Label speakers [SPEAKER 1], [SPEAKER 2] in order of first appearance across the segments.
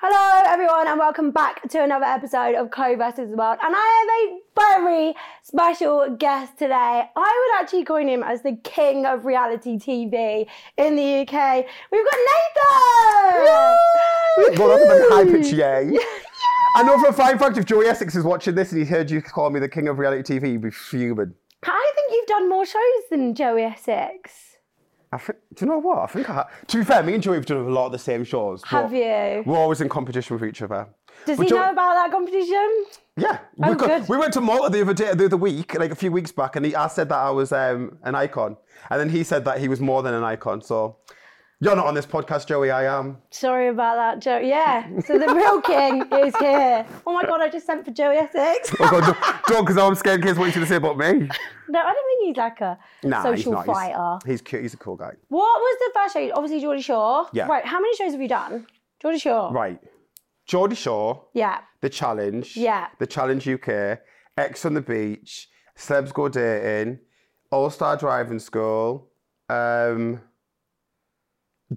[SPEAKER 1] Hello, everyone, and welcome back to another episode of Co versus the World. And I have a very special guest today. I would actually coin him as the king of reality TV in the UK. We've got Nathan.
[SPEAKER 2] Well, that's a big high pitch yay. I know for a fine fact if Joey Essex is watching this and he heard you call me the king of reality TV, he'd be fuming.
[SPEAKER 1] I think you've done more shows than Joey Essex.
[SPEAKER 2] I think, do you know what? I think I ha- To be fair, me and Joey have done a lot of the same shows. but
[SPEAKER 1] Have you?
[SPEAKER 2] We're always in competition with each other.
[SPEAKER 1] Does
[SPEAKER 2] But
[SPEAKER 1] he
[SPEAKER 2] Jo-
[SPEAKER 1] know about that competition?
[SPEAKER 2] Yeah.
[SPEAKER 1] Oh,
[SPEAKER 2] we, got-
[SPEAKER 1] good.
[SPEAKER 2] we went to Malta the other day, the other week, like a few weeks back, and he, I said that I was um, an icon. And then he said that he was more than an icon. So you're not on this podcast, Joey, I am.
[SPEAKER 1] Sorry about that, Joe. Yeah, so the real king is here. Oh my god, I just sent for Joey Essex.
[SPEAKER 2] Oh, God, don't- don't, because I'm scared in case what he's going to say about me.
[SPEAKER 1] No, I don't think he's like a
[SPEAKER 2] Nah, he's
[SPEAKER 1] social
[SPEAKER 2] not. He's-
[SPEAKER 1] fighter.
[SPEAKER 2] He's, cute. He's a cool guy.
[SPEAKER 1] What was the first show? Obviously, Geordie Shore.
[SPEAKER 2] Yeah.
[SPEAKER 1] Right, how many shows have you done? Geordie Shore.
[SPEAKER 2] Right. Geordie Shaw.
[SPEAKER 1] Yeah.
[SPEAKER 2] The Challenge.
[SPEAKER 1] Yeah.
[SPEAKER 2] The Challenge UK. X on the Beach. Celebs Go Dating. All Star Driving School. Um,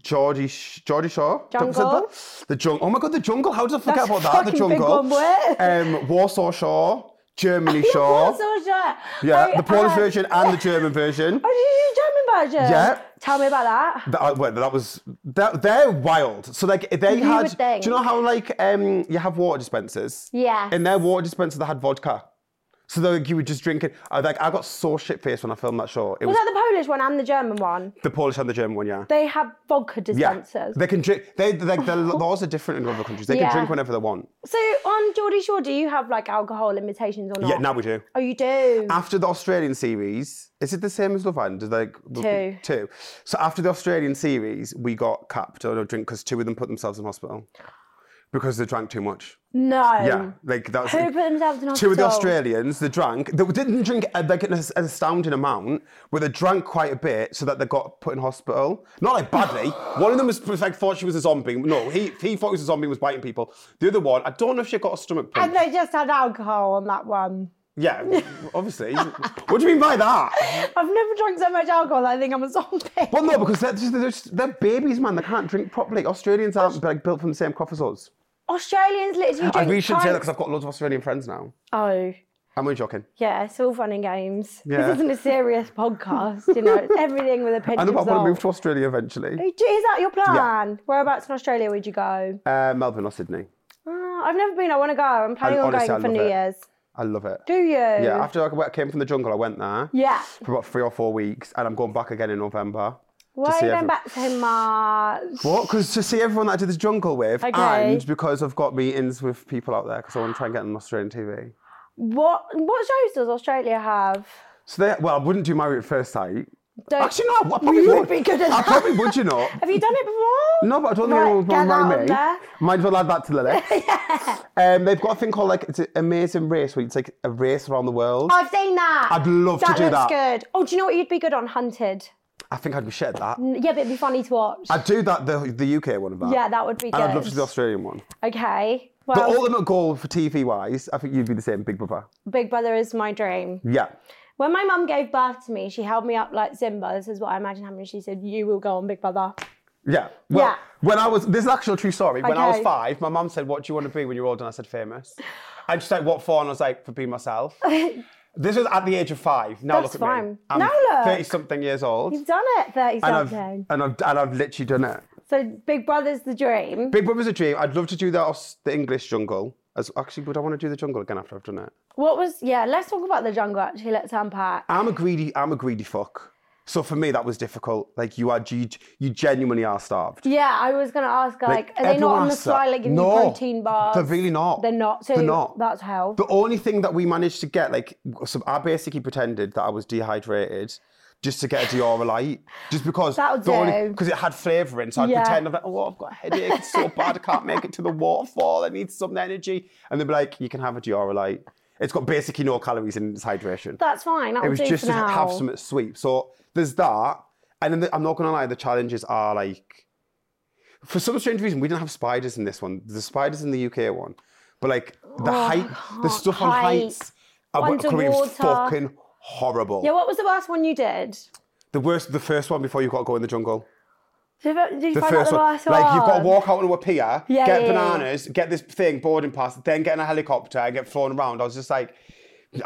[SPEAKER 2] Geordie, Sh- Geordie Shaw. Did I say
[SPEAKER 1] Jungle.
[SPEAKER 2] that? The Jungle. Oh my God, The Jungle. How did I forget
[SPEAKER 1] That's a
[SPEAKER 2] about that? The
[SPEAKER 1] fucking big
[SPEAKER 2] Jungle.
[SPEAKER 1] one, boy.
[SPEAKER 2] um, Warsaw Shaw. Germany Shaw.
[SPEAKER 1] What's the show?
[SPEAKER 2] yeah,
[SPEAKER 1] Oh,
[SPEAKER 2] the Polish
[SPEAKER 1] uh,
[SPEAKER 2] version and the German version.
[SPEAKER 1] Oh, did you do German version?
[SPEAKER 2] Yeah.
[SPEAKER 1] Tell me about that.
[SPEAKER 2] That, uh, well, that was that, they're wild. So like they
[SPEAKER 1] You
[SPEAKER 2] had.
[SPEAKER 1] would think.
[SPEAKER 2] Do you know how like um you have water dispensers?
[SPEAKER 1] Yes.
[SPEAKER 2] In their water dispenser, they had vodka. So they, you were just drinking. I like I got so shit faced when I filmed that show. It
[SPEAKER 1] Was
[SPEAKER 2] was
[SPEAKER 1] that the Polish one and the German one?
[SPEAKER 2] the Polish and the German one, yeah.
[SPEAKER 1] They have vodka
[SPEAKER 2] yeah.
[SPEAKER 1] dispensers.
[SPEAKER 2] They can drink. They like the laws are different in other countries. They
[SPEAKER 1] Yeah.
[SPEAKER 2] can drink whenever they want.
[SPEAKER 1] So on Geordie Shore, do you have like alcohol limitations or not?
[SPEAKER 2] Yeah, now we do. Um,
[SPEAKER 1] Oh, you do?
[SPEAKER 2] After the Australian series, is it the same as Love Island? Is like
[SPEAKER 1] Two.
[SPEAKER 2] two. So after the Australian series, we got capped on a drink because two of them put themselves in hospital because they drank too much.
[SPEAKER 1] no.
[SPEAKER 2] Yeah, like that was.
[SPEAKER 1] Um, Who put themselves in
[SPEAKER 2] Two of the
[SPEAKER 1] hospital?
[SPEAKER 2] Australians, they drank. They didn't drink uh, like an, as- an astounding amount, but they drank quite a bit so that they got put in hospital. Not like badly. one of them was like thought she was a zombie. No, he he thought he was a zombie and was biting people. The other one, I don't know if she got a stomach
[SPEAKER 1] And
[SPEAKER 2] punch.
[SPEAKER 1] they just had alcohol on that one.
[SPEAKER 2] yeah, obviously. what do you mean by that?
[SPEAKER 1] I've never drunk so much alcohol. I think I'm a zombie.
[SPEAKER 2] Well, no, because they're, just, they're, just, they're babies, man. They can't drink properly. Australians aren't like, built from the same cloth as us.
[SPEAKER 1] Australians literally drink.
[SPEAKER 2] I really shouldn't say that
[SPEAKER 1] pints-
[SPEAKER 2] because I've got loads of Australian friends now.
[SPEAKER 1] Oh,
[SPEAKER 2] I'm only joking.
[SPEAKER 1] yeah, it's all fun and games.
[SPEAKER 2] Yeah.
[SPEAKER 1] This isn't a serious podcast, you know. It's everything with a pinch
[SPEAKER 2] I know,
[SPEAKER 1] of
[SPEAKER 2] but I want
[SPEAKER 1] salt.
[SPEAKER 2] to move to Australia eventually.
[SPEAKER 1] Hey, do- Is that your plan? Whereabouts in Australia would you go?
[SPEAKER 2] Uh, Melbourne or Sydney.
[SPEAKER 1] Ah, I've never been. I want to go. I'm planning on
[SPEAKER 2] honestly,
[SPEAKER 1] going
[SPEAKER 2] I
[SPEAKER 1] for
[SPEAKER 2] love
[SPEAKER 1] New
[SPEAKER 2] it.
[SPEAKER 1] Year's.
[SPEAKER 2] I love it.
[SPEAKER 1] Do you?
[SPEAKER 2] Yeah, after I came from the jungle, I went there
[SPEAKER 1] Yeah.
[SPEAKER 2] for about three or four weeks, and I'm going back again in November.
[SPEAKER 1] Why are you
[SPEAKER 2] see
[SPEAKER 1] going
[SPEAKER 2] every-
[SPEAKER 1] back to him, uh, March?
[SPEAKER 2] What? Because to see everyone that I did the jungle with,
[SPEAKER 1] Okay.
[SPEAKER 2] and because I've got meetings with people out there, because I want to try and get on Australian TV.
[SPEAKER 1] What? What shows does Australia have?
[SPEAKER 2] So they, well, I wouldn't do Married at First Sight.
[SPEAKER 1] Don't-
[SPEAKER 2] Actually, no, I probably
[SPEAKER 1] You would
[SPEAKER 2] would.
[SPEAKER 1] be good at
[SPEAKER 2] I
[SPEAKER 1] that.
[SPEAKER 2] probably would, you know.
[SPEAKER 1] Have you done it before?
[SPEAKER 2] No, but I don't think
[SPEAKER 1] Right,
[SPEAKER 2] anyone would
[SPEAKER 1] get
[SPEAKER 2] want to
[SPEAKER 1] that
[SPEAKER 2] marry
[SPEAKER 1] on
[SPEAKER 2] me.
[SPEAKER 1] there.
[SPEAKER 2] Might as well add that to the list. um, they've got a thing called like it's an amazing race where it's like a race around the world.
[SPEAKER 1] I've seen that.
[SPEAKER 2] I'd love to
[SPEAKER 1] that
[SPEAKER 2] do
[SPEAKER 1] looks
[SPEAKER 2] that.
[SPEAKER 1] good. Oh, do you know what you'd be good on? Hunted.
[SPEAKER 2] I think I'd be shit at that.
[SPEAKER 1] Yeah, but it'd be funny to watch.
[SPEAKER 2] I'd do that the the UK one of that.
[SPEAKER 1] yeah, that would be good.
[SPEAKER 2] And I'd love to do the Australian one.
[SPEAKER 1] Okay.
[SPEAKER 2] The
[SPEAKER 1] Well,
[SPEAKER 2] ultimate goal for TV wise, I think you'd be the same, Big Brother.
[SPEAKER 1] Big Brother is my dream.
[SPEAKER 2] Yeah.
[SPEAKER 1] When my mum gave birth to me, she held me up like Zimba. This is what I imagine happening. She said, You will go on Big Brother.
[SPEAKER 2] Yeah. Well,
[SPEAKER 1] Yeah.
[SPEAKER 2] when I was, this is actually a true story. When I was
[SPEAKER 1] Okay.
[SPEAKER 2] five, my mum said, What do you want to be when you're older? And I said, Famous. And she's like, What for? And I was like, For being myself. this was at the age of five. Now
[SPEAKER 1] That's
[SPEAKER 2] look at
[SPEAKER 1] fine.
[SPEAKER 2] me. I'm
[SPEAKER 1] Now look.
[SPEAKER 2] 30 something years old.
[SPEAKER 1] You've done it, 30
[SPEAKER 2] and I've,
[SPEAKER 1] something.
[SPEAKER 2] and, I've, and I've literally done it.
[SPEAKER 1] So Big Brother's the dream.
[SPEAKER 2] Big Brother's a dream. I'd love to do that, Aus- the English jungle. As, actually, would I want to do the jungle again after I've done it?
[SPEAKER 1] What was, yeah, let's talk about the jungle actually. Let's unpack.
[SPEAKER 2] I'm a greedy. I'm a greedy fuck. So for me, that was difficult. Like you are, you, you genuinely are starved.
[SPEAKER 1] Yeah, I was going to ask, like, are they not
[SPEAKER 2] everyone
[SPEAKER 1] on the
[SPEAKER 2] has that-
[SPEAKER 1] fly, like, giving
[SPEAKER 2] No,
[SPEAKER 1] you protein bars?
[SPEAKER 2] They're really not.
[SPEAKER 1] They're not. So
[SPEAKER 2] they're not.
[SPEAKER 1] that's hell.
[SPEAKER 2] The only thing that we managed to get, like, so I basically pretended that I was dehydrated. just to get a Dior light, just because
[SPEAKER 1] That'll
[SPEAKER 2] the only-
[SPEAKER 1] do.
[SPEAKER 2] 'cause it had flavour in. So I'd
[SPEAKER 1] Yeah.
[SPEAKER 2] pretend I'm like, oh, I've got a headache. It's so bad. I can't make it to the waterfall. I need some energy. And they'd be like, you can have a Dior light. It's got basically no calories in its hydration.
[SPEAKER 1] That's fine. That'll
[SPEAKER 2] it was
[SPEAKER 1] do
[SPEAKER 2] just
[SPEAKER 1] for
[SPEAKER 2] to
[SPEAKER 1] now.
[SPEAKER 2] have some sweep. So there's that, and then the, I'm not gonna lie, the challenges are like, for some strange reason, we didn't have spiders in this one. The spiders in the UK one, but like the height, the stuff on heights, I went- Chloe, it
[SPEAKER 1] Underwater.
[SPEAKER 2] was fucking horrible.
[SPEAKER 1] yeah, what was the last one you did?
[SPEAKER 2] The worst, the first one before you got to go in the jungle.
[SPEAKER 1] Did you, did you
[SPEAKER 2] The
[SPEAKER 1] find out
[SPEAKER 2] first
[SPEAKER 1] the
[SPEAKER 2] one,
[SPEAKER 1] last
[SPEAKER 2] like you've got
[SPEAKER 1] one?
[SPEAKER 2] to walk out onto a pier,
[SPEAKER 1] Yeah,
[SPEAKER 2] get
[SPEAKER 1] yeah, yeah.
[SPEAKER 2] bananas, get this thing boarding pass, then get in a helicopter, and get flown around. I was just like,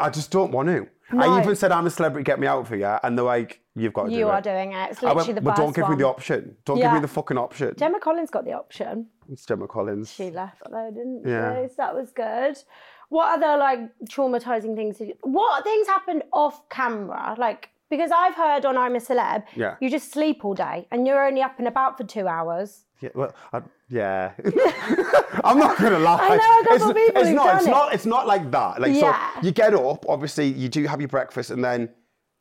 [SPEAKER 2] I just don't want to.
[SPEAKER 1] No.
[SPEAKER 2] I even said I'm a celebrity, get me out for you, and they're like, you've got to do
[SPEAKER 1] You
[SPEAKER 2] it.
[SPEAKER 1] are doing it. It's
[SPEAKER 2] I
[SPEAKER 1] literally
[SPEAKER 2] went,
[SPEAKER 1] the
[SPEAKER 2] but
[SPEAKER 1] first
[SPEAKER 2] don't give
[SPEAKER 1] one.
[SPEAKER 2] me the option. Don't
[SPEAKER 1] Yeah.
[SPEAKER 2] give me the fucking option.
[SPEAKER 1] Gemma Collins got the option.
[SPEAKER 2] it's Gemma Collins.
[SPEAKER 1] She left though, didn't
[SPEAKER 2] Yeah.
[SPEAKER 1] she? So that was good. What other like traumatizing things did you, what things happened off camera? Like because I've heard on I'm a Celeb,
[SPEAKER 2] Yeah.
[SPEAKER 1] you just sleep all day and you're only up and about for two hours.
[SPEAKER 2] Yeah, well, I, yeah. I'm not gonna lie.
[SPEAKER 1] I know a couple
[SPEAKER 2] it's,
[SPEAKER 1] people
[SPEAKER 2] It's
[SPEAKER 1] who've
[SPEAKER 2] not.
[SPEAKER 1] done
[SPEAKER 2] it's
[SPEAKER 1] it.
[SPEAKER 2] not. It's not like that. Like
[SPEAKER 1] Yeah.
[SPEAKER 2] so, you get up. Obviously, you do have your breakfast, and then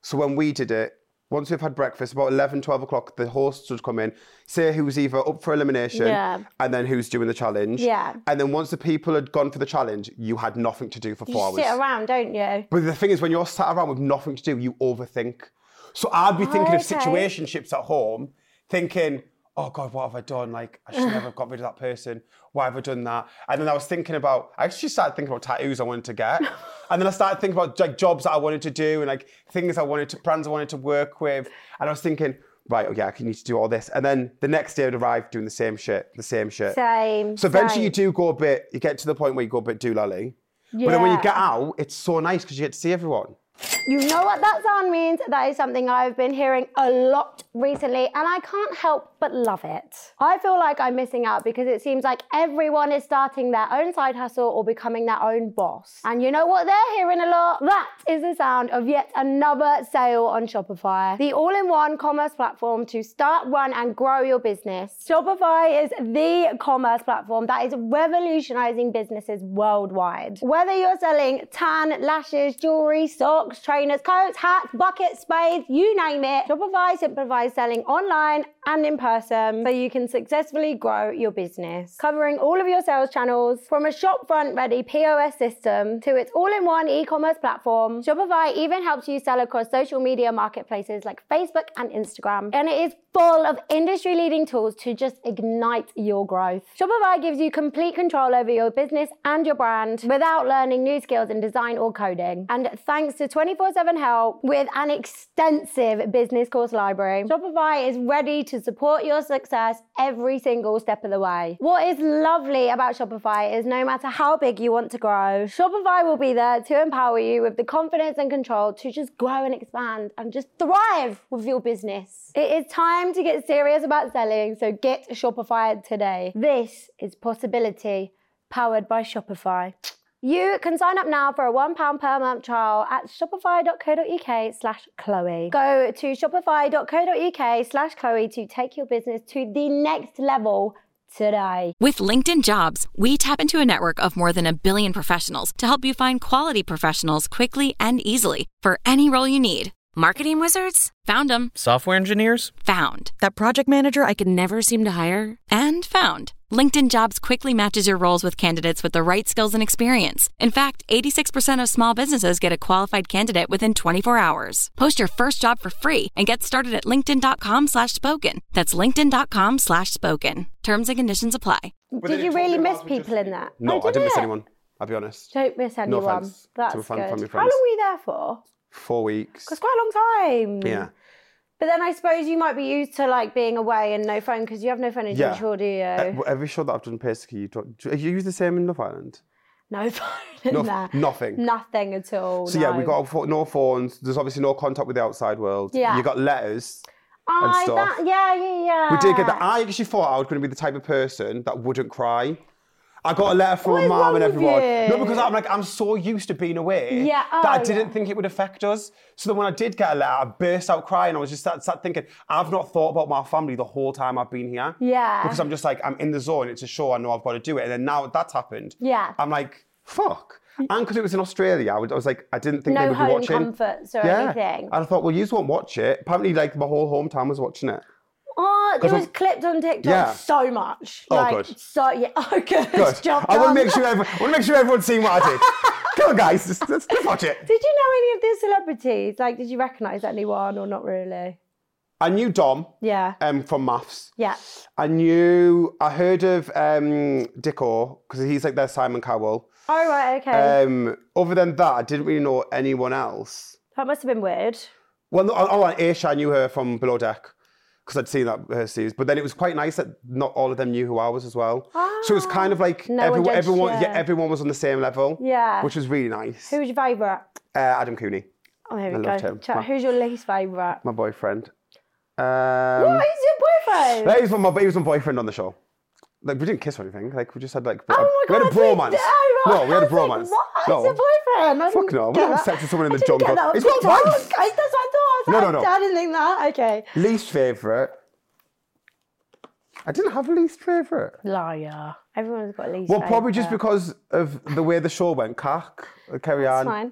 [SPEAKER 2] so when we did it, once we've had breakfast, about 11, 12 o'clock, the hosts would come in, say who's either up for elimination,
[SPEAKER 1] Yeah.
[SPEAKER 2] and then who's doing the challenge.
[SPEAKER 1] Yeah.
[SPEAKER 2] And then once the people had gone for the challenge, you had nothing to do for
[SPEAKER 1] You
[SPEAKER 2] four
[SPEAKER 1] sit
[SPEAKER 2] hours.
[SPEAKER 1] around, don't you?
[SPEAKER 2] But the thing is, when you're sat around with nothing to do, you overthink. So I'd be thinking of
[SPEAKER 1] Oh, okay.
[SPEAKER 2] situationships at home, thinking, oh God, what have I done? Like, I should never have got rid of that person. Why have I done that? And then I was thinking about, I actually started thinking about tattoos I wanted to get. and then I started thinking about like jobs that I wanted to do and like things I wanted to, brands I wanted to work with. And I was thinking, right, oh yeah, I need to do all this. And then the next day I'd arrive doing the same shit, the same shit.
[SPEAKER 1] Same.
[SPEAKER 2] So eventually
[SPEAKER 1] same.
[SPEAKER 2] you do go a bit, you get to the point where you go a bit doolally. But then when you
[SPEAKER 1] Yeah.
[SPEAKER 2] get out, it's so nice because you get to see everyone.
[SPEAKER 1] You know what that sound means? That is something I've been hearing a lot recently, and I can't help but love it. I feel like I'm missing out because it seems like everyone is starting their own side hustle or becoming their own boss. And you know what they're hearing a lot? That is the sound of yet another sale on Shopify, the all in one commerce platform to start, run, and grow your business. Shopify is the commerce platform that is revolutionizing businesses worldwide. Whether you're selling tan, lashes, jewelry, socks, trainers, coats, hats, buckets, spades, you name it, Shopify simplifies selling online and in person so you can successfully grow your business. Covering all of your sales channels from a shopfront ready POS system to its all in one e commerce platform, Shopify even helps you sell across social media marketplaces like Facebook and Instagram. And it is full of industry leading tools to just ignite your growth. Shopify gives you complete control over your business and your brand without learning new skills in design or coding. And thanks to 24 7 help with an extensive business course library, Shopify is ready to support your success every single step of the way. What is lovely about Shopify is no matter how big you want to grow, Shopify will be there to empower you with the confidence and control to just grow and expand and just thrive with your business. It is time to get serious about selling, so get Shopify today. This is possibility powered by Shopify. You can sign up now for a £1 per month trial at shopify.co.uk slash Chloe. Go to shopify.co.uk slash Chloe to take your business to the next level today.
[SPEAKER 3] With LinkedIn Jobs, we tap into a network of more than a billion professionals to help you find quality professionals quickly and easily for any role you need. Marketing wizards? Found them.
[SPEAKER 4] Software engineers?
[SPEAKER 3] Found.
[SPEAKER 5] That project manager I could never seem to hire?
[SPEAKER 3] And found. LinkedIn Jobs quickly matches your roles with candidates with the right skills and experience. In fact, 86% of small businesses get a qualified candidate within 24 hours. Post your first job for free and get started at linkedin.com slash spoken. That's linkedin.com slash spoken. Terms and conditions apply.
[SPEAKER 1] Did
[SPEAKER 2] then
[SPEAKER 1] you
[SPEAKER 2] it
[SPEAKER 1] really
[SPEAKER 2] taught me
[SPEAKER 1] miss
[SPEAKER 2] about
[SPEAKER 1] people in that?
[SPEAKER 2] No,
[SPEAKER 1] Oh,
[SPEAKER 2] I didn't miss
[SPEAKER 1] it?
[SPEAKER 2] anyone. I'll be honest.
[SPEAKER 1] Don't miss anyone.
[SPEAKER 2] offense to
[SPEAKER 1] That's
[SPEAKER 2] my fam-
[SPEAKER 1] good.
[SPEAKER 2] family
[SPEAKER 1] How long
[SPEAKER 2] friends.
[SPEAKER 1] were you there for?
[SPEAKER 2] Four weeks.
[SPEAKER 1] It's quite a long time.
[SPEAKER 2] Yeah.
[SPEAKER 1] But then I suppose you might be used to like being away and no phone because you have no phone in
[SPEAKER 2] Yeah.
[SPEAKER 1] Georgia, do you?
[SPEAKER 2] Uh, well, every show that I've done, basically, you, don't, do you use the same in Love Island.
[SPEAKER 1] no phone in
[SPEAKER 2] No-
[SPEAKER 1] there.
[SPEAKER 2] nothing.
[SPEAKER 1] Nothing at all.
[SPEAKER 2] So yeah, we
[SPEAKER 1] no.
[SPEAKER 2] got fo- no phones. There's obviously no contact with the outside world.
[SPEAKER 1] Yeah.
[SPEAKER 2] You got letters.
[SPEAKER 1] Oh, I,
[SPEAKER 2] stuff.
[SPEAKER 1] That, yeah, yeah, yeah.
[SPEAKER 2] We did get that.
[SPEAKER 1] Ah.
[SPEAKER 2] I actually thought I was going to be the type of person that wouldn't cry. I got a letter from
[SPEAKER 1] What
[SPEAKER 2] my
[SPEAKER 1] is
[SPEAKER 2] mum and
[SPEAKER 1] wrong with
[SPEAKER 2] everyone. No,
[SPEAKER 1] you?
[SPEAKER 2] because I'm like I'm so used to being away
[SPEAKER 1] Yeah,
[SPEAKER 2] that I
[SPEAKER 1] oh,
[SPEAKER 2] didn't
[SPEAKER 1] yeah.
[SPEAKER 2] think it would affect us. So then when I did get a letter, I burst out crying. I was just sat, sat thinking, I've not thought about my family the whole time I've been here.
[SPEAKER 1] Yeah.
[SPEAKER 2] Because I'm just like I'm in the zone. It's a show. I know I've got to do it. And then now that's happened.
[SPEAKER 1] Yeah.
[SPEAKER 2] I'm like fuck. And because it was in Australia, I, would, I was like, I didn't think
[SPEAKER 1] No
[SPEAKER 2] they would be
[SPEAKER 1] home
[SPEAKER 2] watching.
[SPEAKER 1] comforts or
[SPEAKER 2] yeah.
[SPEAKER 1] anything.
[SPEAKER 2] And I thought, well, you won't watch it. Apparently, like my whole hometown was watching it.
[SPEAKER 1] Oh, it
[SPEAKER 2] 'Cause
[SPEAKER 1] was
[SPEAKER 2] I'm-
[SPEAKER 1] clipped on TikTok
[SPEAKER 2] Yeah.
[SPEAKER 1] so much.
[SPEAKER 2] Oh,
[SPEAKER 1] like,
[SPEAKER 2] good.
[SPEAKER 1] So yeah, oh, good.
[SPEAKER 2] Good.
[SPEAKER 1] Job
[SPEAKER 2] I want
[SPEAKER 1] done.
[SPEAKER 2] to make sure. Everyone, I want to make sure everyone's seen what I did. Come on, guys, just, let's, let's watch it.
[SPEAKER 1] Did you know any of the celebrities? Like, did you recognise anyone or not really?
[SPEAKER 2] I knew Dom
[SPEAKER 1] Yeah.
[SPEAKER 2] um, from Maths.
[SPEAKER 1] Yeah.
[SPEAKER 2] I knew. I heard of um, Dicko because he's like their Simon Cowell.
[SPEAKER 1] Oh right, okay.
[SPEAKER 2] Um, other than that, I didn't really know anyone else.
[SPEAKER 1] that must have been weird.
[SPEAKER 2] Well, no, oh, and Aisha, I knew her from Below Deck because I'd seen that her series. But then it was quite nice that not all of them knew who I was as well. so it was kind of like
[SPEAKER 1] Ah. No one
[SPEAKER 2] everyone,
[SPEAKER 1] judged
[SPEAKER 2] everyone,
[SPEAKER 1] you.
[SPEAKER 2] yeah, everyone was on the same level.
[SPEAKER 1] Yeah.
[SPEAKER 2] which was really nice.
[SPEAKER 1] Who was your favourite?
[SPEAKER 2] Uh, Adam Cooney,
[SPEAKER 1] Oh, here
[SPEAKER 2] I
[SPEAKER 1] we
[SPEAKER 2] loved
[SPEAKER 1] go.
[SPEAKER 2] him.
[SPEAKER 1] Chat.
[SPEAKER 2] My-
[SPEAKER 1] Who's your least favourite?
[SPEAKER 2] my boyfriend.
[SPEAKER 1] What
[SPEAKER 2] Um,
[SPEAKER 1] is your boyfriend?
[SPEAKER 2] that is my, he was my boyfriend on the show. Like we didn't kiss or anything. Like we just had like
[SPEAKER 1] Oh my
[SPEAKER 2] we
[SPEAKER 1] god! Oh,
[SPEAKER 2] had a bromance. no, we had a bromance.
[SPEAKER 1] What?
[SPEAKER 2] No.
[SPEAKER 1] It's a boyfriend. I
[SPEAKER 2] Fuck
[SPEAKER 1] didn't
[SPEAKER 2] no, we
[SPEAKER 1] get
[SPEAKER 2] don't have
[SPEAKER 1] that.
[SPEAKER 2] sex with someone in
[SPEAKER 1] I
[SPEAKER 2] the
[SPEAKER 1] didn't get
[SPEAKER 2] jungle.
[SPEAKER 1] that on
[SPEAKER 2] It's my
[SPEAKER 1] TikTok.
[SPEAKER 2] wife.
[SPEAKER 1] I- That's what I thought.
[SPEAKER 2] No,
[SPEAKER 1] I-
[SPEAKER 2] no, no.
[SPEAKER 1] I didn't think that. Okay.
[SPEAKER 2] Least favorite. I didn't have a least favorite.
[SPEAKER 1] Liar. Everyone's got a least
[SPEAKER 2] Well, probably just
[SPEAKER 1] favourite.
[SPEAKER 2] because of the way the show went. Cark, uh, Carrie
[SPEAKER 1] It's
[SPEAKER 2] Ann.
[SPEAKER 1] fine.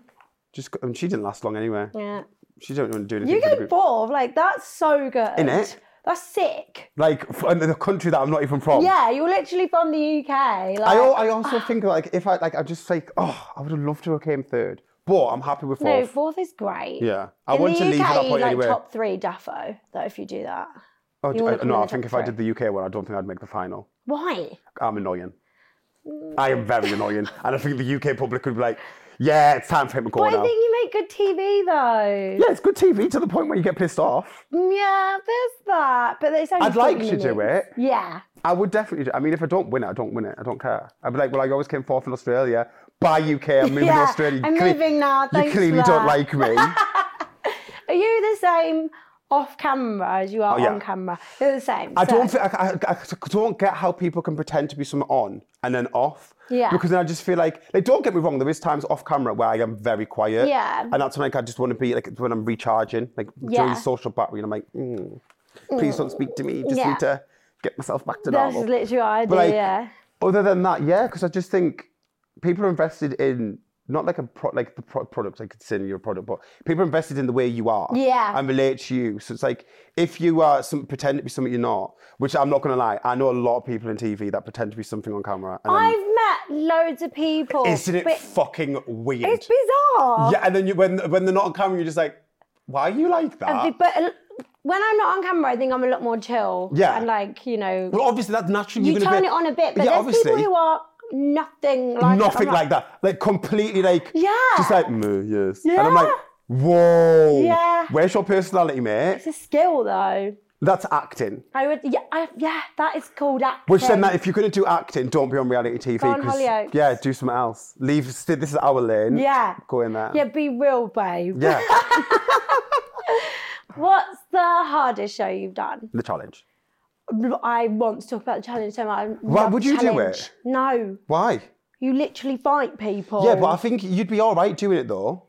[SPEAKER 2] Just, I mean, she didn't last long anyway.
[SPEAKER 1] Yeah.
[SPEAKER 2] She didn't want to do anything.
[SPEAKER 1] You
[SPEAKER 2] for the
[SPEAKER 1] get
[SPEAKER 2] group.
[SPEAKER 1] bored. Like that's so good.
[SPEAKER 2] Innit?
[SPEAKER 1] That's sick.
[SPEAKER 2] Like f- in the country that I'm not even from.
[SPEAKER 1] Yeah, Ah. you're literally from the UK. Like,
[SPEAKER 2] Um, I, al- I also think like if I like I just like oh I would have loved to have came third, but I'm happy with
[SPEAKER 1] no,
[SPEAKER 2] fourth.
[SPEAKER 1] fourth is great.
[SPEAKER 2] Yeah, I
[SPEAKER 1] In
[SPEAKER 2] want
[SPEAKER 1] the
[SPEAKER 2] to
[SPEAKER 1] UK,
[SPEAKER 2] leave at that
[SPEAKER 1] you,
[SPEAKER 2] point
[SPEAKER 1] like
[SPEAKER 2] anyway.
[SPEAKER 1] top three defo. Though if you do that,
[SPEAKER 2] Oh,
[SPEAKER 1] you
[SPEAKER 2] d-
[SPEAKER 1] wanna
[SPEAKER 2] I-
[SPEAKER 1] come in
[SPEAKER 2] no,
[SPEAKER 1] the
[SPEAKER 2] I think
[SPEAKER 1] top
[SPEAKER 2] if I did the UK one, I don't think I'd make the final.
[SPEAKER 1] why?
[SPEAKER 2] I'm annoying.
[SPEAKER 1] Mm.
[SPEAKER 2] I am very annoying, and I think the UK public would be like, yeah, it's time for him to go
[SPEAKER 1] But I
[SPEAKER 2] now.
[SPEAKER 1] think you make good TV though.
[SPEAKER 2] Yeah, it's good TV to the point where you get pissed off.
[SPEAKER 1] Yeah, there's that. But there's only
[SPEAKER 2] I'd like
[SPEAKER 1] 40
[SPEAKER 2] to do
[SPEAKER 1] minutes.
[SPEAKER 2] it.
[SPEAKER 1] Yeah.
[SPEAKER 2] I would definitely. Do, I mean, if I don't win it, I don't win it. I don't care. I'd be like, well, I always came fourth in Australia. Bye, UK. I'm moving
[SPEAKER 1] Yeah,
[SPEAKER 2] to Australia. You
[SPEAKER 1] I'm
[SPEAKER 2] cle-
[SPEAKER 1] moving now,
[SPEAKER 2] You
[SPEAKER 1] thanks,
[SPEAKER 2] clearly
[SPEAKER 1] love.
[SPEAKER 2] don't like me.
[SPEAKER 1] Are you the same off camera as you are
[SPEAKER 2] Oh, yeah.
[SPEAKER 1] on camera? You're the same.
[SPEAKER 2] I
[SPEAKER 1] so-
[SPEAKER 2] don't. Think, I, I, I don't get how people can pretend to be someone on and then off.
[SPEAKER 1] Yeah.
[SPEAKER 2] Because then I just feel like, like, don't get me wrong. There is times off camera where I am very quiet.
[SPEAKER 1] Yeah.
[SPEAKER 2] And that's when like, I just want to be like when I'm recharging, like
[SPEAKER 1] Yeah.
[SPEAKER 2] doing social battery, and I'm like, mm, please don't speak to me. Just
[SPEAKER 1] Yeah.
[SPEAKER 2] need to get myself back to
[SPEAKER 1] That's
[SPEAKER 2] normal.
[SPEAKER 1] literally what I do.
[SPEAKER 2] But like,
[SPEAKER 1] yeah.
[SPEAKER 2] other than that, yeah, because I just think people are invested in not like a pro- like the pro- product, like it's in your product, but people are invested in the way you are,
[SPEAKER 1] Yeah.
[SPEAKER 2] and relate to you. So it's like if you are some pretend to be something you're not, which I'm not gonna lie, I know a lot of people in TV that pretend to be something on camera. And then-
[SPEAKER 1] I've met loads of people.
[SPEAKER 2] Um, isn't it
[SPEAKER 1] but
[SPEAKER 2] fucking weird?
[SPEAKER 1] it's bizarre.
[SPEAKER 2] yeah, and then you, when when they're not on camera, you're just like, why are you like that?
[SPEAKER 1] But uh, when I'm not on camera, I think I'm a lot more chill.
[SPEAKER 2] Yeah.
[SPEAKER 1] And like, you know,
[SPEAKER 2] well, obviously that's naturally
[SPEAKER 1] you
[SPEAKER 2] you're gonna
[SPEAKER 1] turn
[SPEAKER 2] be-
[SPEAKER 1] it on a bit, but
[SPEAKER 2] yeah,
[SPEAKER 1] there's
[SPEAKER 2] obviously.
[SPEAKER 1] people who are nothing like
[SPEAKER 2] nothing
[SPEAKER 1] I'm
[SPEAKER 2] like that. Like completely like
[SPEAKER 1] Yeah.
[SPEAKER 2] just like mm, yes. And I'm like,
[SPEAKER 1] Yeah.
[SPEAKER 2] whoa.
[SPEAKER 1] Yeah.
[SPEAKER 2] Where's your personality, mate?
[SPEAKER 1] It's a skill though.
[SPEAKER 2] That's acting.
[SPEAKER 1] I would, yeah, I, yeah, that is called acting.
[SPEAKER 2] Which then that if you're gonna do acting, don't be on reality TV.
[SPEAKER 1] Go on
[SPEAKER 2] 'cause-
[SPEAKER 1] Hollyoaks.
[SPEAKER 2] yeah, do something else. Leave st- this is our lane.
[SPEAKER 1] Yeah.
[SPEAKER 2] Go in there.
[SPEAKER 1] Yeah, be real, babe.
[SPEAKER 2] Yeah.
[SPEAKER 1] What's the hardest show you've done?
[SPEAKER 2] the challenge.
[SPEAKER 1] I want to talk about the challenge so much. I
[SPEAKER 2] Why
[SPEAKER 1] love
[SPEAKER 2] would you do
[SPEAKER 1] challenge.
[SPEAKER 2] it?
[SPEAKER 1] No,
[SPEAKER 2] Why?
[SPEAKER 1] you literally fight people.
[SPEAKER 2] Yeah, but I think you'd be all right doing it though.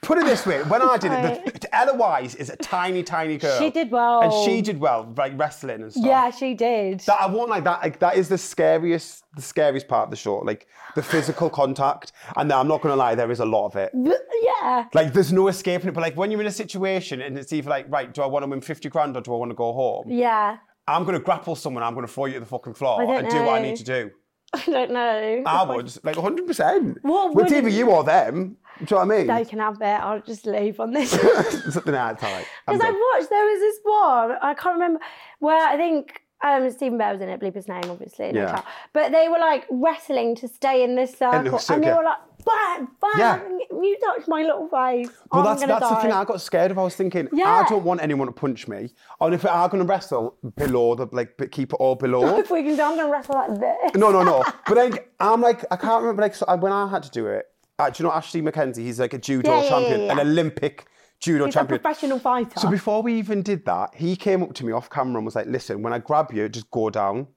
[SPEAKER 2] Put it this way: when I did it, the, Ella Wise is a tiny, tiny girl.
[SPEAKER 1] She did well.
[SPEAKER 2] and she did well, like wrestling and stuff.
[SPEAKER 1] Yeah, she did.
[SPEAKER 2] That I won't like that. Like, that is the scariest, the scariest part of the show. Like the physical contact, and I'm not gonna lie, there is a lot of it.
[SPEAKER 1] But, yeah.
[SPEAKER 2] Like there's no escaping it. But like when you're in a situation and it's either like, right, do I want to win fifty grand or do I want to go home?
[SPEAKER 1] Yeah.
[SPEAKER 2] I'm gonna grapple someone. I'm gonna throw you to the fucking floor
[SPEAKER 1] don't
[SPEAKER 2] and do what I
[SPEAKER 1] know.
[SPEAKER 2] need to do.
[SPEAKER 1] I don't know.
[SPEAKER 2] I would like 100. percent
[SPEAKER 1] What
[SPEAKER 2] Well,
[SPEAKER 1] would-
[SPEAKER 2] it's either you or them. Do you know what I mean?
[SPEAKER 1] They can have it. I'll just leave on this.
[SPEAKER 2] Something like that.
[SPEAKER 1] Because I watched, there was this one, I can't remember, where I think um, Stephen Bear was in it, bleep his name, obviously. no
[SPEAKER 2] Yeah.
[SPEAKER 1] doubt. But they were like wrestling to stay in this circle.
[SPEAKER 2] In the
[SPEAKER 1] and they
[SPEAKER 2] circle.
[SPEAKER 1] were like, bang, bang,
[SPEAKER 2] Yeah.
[SPEAKER 1] you touched my little face.
[SPEAKER 2] Well,
[SPEAKER 1] I'm
[SPEAKER 2] that's
[SPEAKER 1] gonna
[SPEAKER 2] that's
[SPEAKER 1] die.
[SPEAKER 2] the thing I got scared of. I was thinking,
[SPEAKER 1] Yeah.
[SPEAKER 2] I don't want anyone to punch me. And if we are going to wrestle below the like, but keep it all below.
[SPEAKER 1] If we can do, I'm going to wrestle like this.
[SPEAKER 2] no, no, no. But then I'm like, I can't remember. Like, so I, when I had to do it, uh, do you know Ashley McKenzie? He's like a judo
[SPEAKER 1] Yeah, yeah,
[SPEAKER 2] champion,
[SPEAKER 1] yeah, yeah.
[SPEAKER 2] an Olympic judo
[SPEAKER 1] He's
[SPEAKER 2] champion.
[SPEAKER 1] a professional fighter.
[SPEAKER 2] So before we even did that, he came up to me off camera and was like, "Listen, when I grab you, just go down,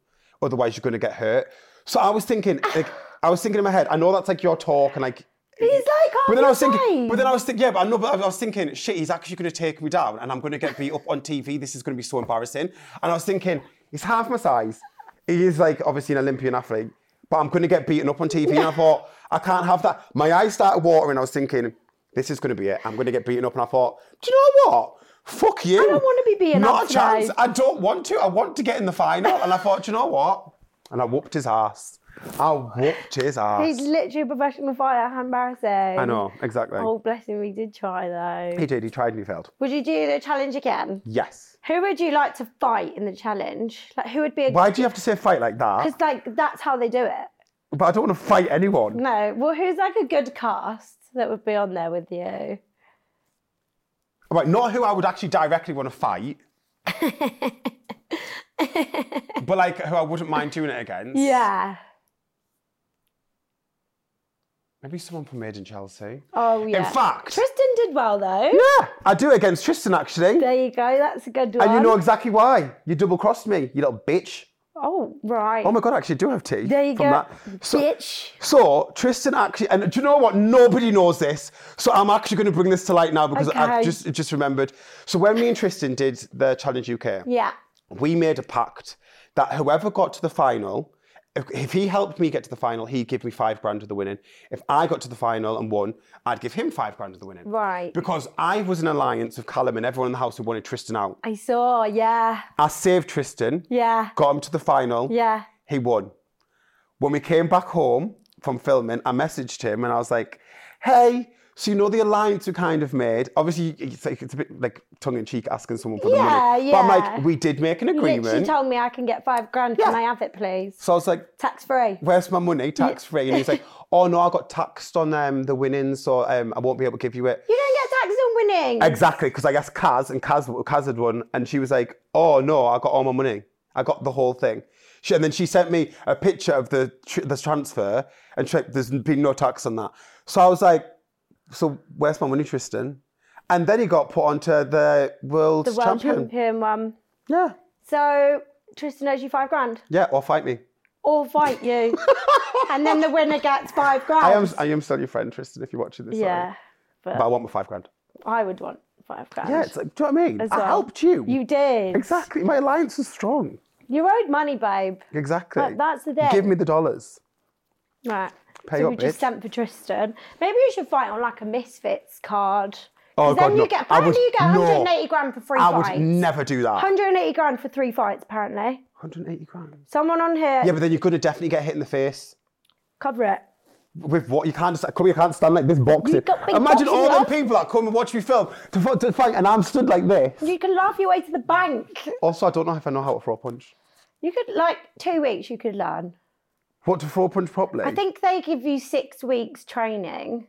[SPEAKER 2] otherwise you're going to get hurt." So I was thinking, like, I was thinking in my head, I know that's like your talk and like.
[SPEAKER 1] He's like half
[SPEAKER 2] But then I
[SPEAKER 1] your
[SPEAKER 2] was thinking,
[SPEAKER 1] size.
[SPEAKER 2] but then I was thinking, yeah, but I know, but I was thinking, shit, he's actually going to take me down, and I'm going to get beat up on TV. This is going to be so embarrassing. And I was thinking, he's half my size. He is like obviously an Olympian athlete, but I'm going to get beaten up on TV. And I thought, I can't have that. My eyes started watering. I was thinking, this is going to be it. I'm going to get beaten up. And I thought, do you know what? Fuck you. I
[SPEAKER 1] don't wanna be beaten
[SPEAKER 2] Not
[SPEAKER 1] up
[SPEAKER 2] a chance.
[SPEAKER 1] today.
[SPEAKER 2] I don't want to. I want to get in the final. And I thought, do you know what? And I whooped his ass. I whooped his ass.
[SPEAKER 1] He's literally a professional fighter. How embarrassing.
[SPEAKER 2] I know, exactly.
[SPEAKER 1] Oh, bless him. He did try though.
[SPEAKER 2] He did. He tried and he failed.
[SPEAKER 1] Would you do the challenge again?
[SPEAKER 2] Yes.
[SPEAKER 1] Who would you like to fight in the challenge? Like, who would be a.
[SPEAKER 2] Why do you have to say fight like that?
[SPEAKER 1] Because, like, that's how they do it.
[SPEAKER 2] But I don't want to fight anyone.
[SPEAKER 1] No. Well, who's like a good cast that would be on there with you?
[SPEAKER 2] Right, not who I would actually directly want to fight, but like who I wouldn't mind doing it against.
[SPEAKER 1] yeah.
[SPEAKER 2] Maybe someone from Made in Chelsea.
[SPEAKER 1] Oh, yeah.
[SPEAKER 2] In fact,
[SPEAKER 1] Tristan did well though.
[SPEAKER 2] yeah, I do it against Tristan actually.
[SPEAKER 1] There you go. That's a good one.
[SPEAKER 2] and you know exactly why. You double crossed me, you little bitch.
[SPEAKER 1] Oh, right.
[SPEAKER 2] Oh my god, I actually do have tea.
[SPEAKER 1] There you
[SPEAKER 2] from
[SPEAKER 1] go,
[SPEAKER 2] That. So,
[SPEAKER 1] bitch.
[SPEAKER 2] So Tristan actually, and do you know what? Nobody knows this. So I'm actually going to bring this to light now because I
[SPEAKER 1] Okay.
[SPEAKER 2] just just remembered. So when me and Tristan did the Challenge UK,
[SPEAKER 1] Yeah.
[SPEAKER 2] we made a pact that whoever got to the final, if, if he helped me get to the final, he'd give me five grand of the winning. If I got to the final and won, I'd give him five grand of the winning.
[SPEAKER 1] Right.
[SPEAKER 2] Because I was an alliance of Callum and everyone in the house who wanted Tristan out.
[SPEAKER 1] I saw. Yeah.
[SPEAKER 2] I saved Tristan,
[SPEAKER 1] Yeah.
[SPEAKER 2] got him to the final.
[SPEAKER 1] Yeah.
[SPEAKER 2] He won. When we came back home from filming, I messaged him and I was like, hey, so you know the alliance we kind of made. Obviously, it's, like, it's a bit like tongue in cheek asking someone for the money.
[SPEAKER 1] Yeah,
[SPEAKER 2] But I'm
[SPEAKER 1] yeah.
[SPEAKER 2] like, we did make an agreement.
[SPEAKER 1] Literally told me I can get five grand. Can
[SPEAKER 2] Yeah.
[SPEAKER 1] I have it, please?
[SPEAKER 2] So I was like,
[SPEAKER 1] Tax free.
[SPEAKER 2] where's my money? Tax free. And he's like, oh no, I got taxed on um, the winnings, so um, I won't be able to give you it.
[SPEAKER 1] You don't get taxed on winning.
[SPEAKER 2] Exactly, because I asked Kaz, and Kaz, Kaz had won, and she was like, oh no, I got all my money. I got the whole thing. She, and then she sent me a picture of the, tr- the transfer, and she, like, there's been no tax on that. So I was like, so where's my money, Tristan? And then he got put onto the world,
[SPEAKER 1] the world
[SPEAKER 2] champion.
[SPEAKER 1] champion, one.
[SPEAKER 2] Yeah.
[SPEAKER 1] So Tristan owes you five grand,
[SPEAKER 2] Yeah, or fight me.
[SPEAKER 1] or fight you, and then the winner gets five grand.
[SPEAKER 2] I am, I am still your friend, Tristan, if you're watching this. sorry.
[SPEAKER 1] yeah,
[SPEAKER 2] But I want my five grand.
[SPEAKER 1] I would want five grand.
[SPEAKER 2] Yeah, it's like, do you know what I mean?
[SPEAKER 1] as
[SPEAKER 2] I
[SPEAKER 1] well.
[SPEAKER 2] helped you.
[SPEAKER 1] You did.
[SPEAKER 2] Exactly. My alliance is strong.
[SPEAKER 1] You owed money, babe.
[SPEAKER 2] Exactly.
[SPEAKER 1] But that's the thing.
[SPEAKER 2] Give me the dollars.
[SPEAKER 1] Right.
[SPEAKER 2] Pay
[SPEAKER 1] so
[SPEAKER 2] up,
[SPEAKER 1] we just
[SPEAKER 2] bitch.
[SPEAKER 1] sent for Tristan. Maybe you should fight on like a Misfits card. 'Cause
[SPEAKER 2] Oh,
[SPEAKER 1] then
[SPEAKER 2] God,
[SPEAKER 1] you
[SPEAKER 2] no.
[SPEAKER 1] get
[SPEAKER 2] I
[SPEAKER 1] apparently
[SPEAKER 2] would-
[SPEAKER 1] you get
[SPEAKER 2] no.
[SPEAKER 1] 180 grand for three
[SPEAKER 2] I
[SPEAKER 1] fights.
[SPEAKER 2] would never do that.
[SPEAKER 1] 180 grand for three fights apparently.
[SPEAKER 2] 180 grand.
[SPEAKER 1] Someone on here
[SPEAKER 2] Yeah, but then you're going to definitely get hit in the face.
[SPEAKER 1] cover it.
[SPEAKER 2] With what you can't, come, you can't stand like this boxing.
[SPEAKER 1] got me
[SPEAKER 2] Imagine all
[SPEAKER 1] boxing
[SPEAKER 2] the
[SPEAKER 1] up.
[SPEAKER 2] people that come and watch me film to, fu- to fight, and I'm stood like this.
[SPEAKER 1] You can laugh your way to the bank.
[SPEAKER 2] Also, I don't know if I know how to throw a punch.
[SPEAKER 1] You could like two weeks. You could learn.
[SPEAKER 2] What to throw a punch properly?
[SPEAKER 1] I think they give you six weeks training.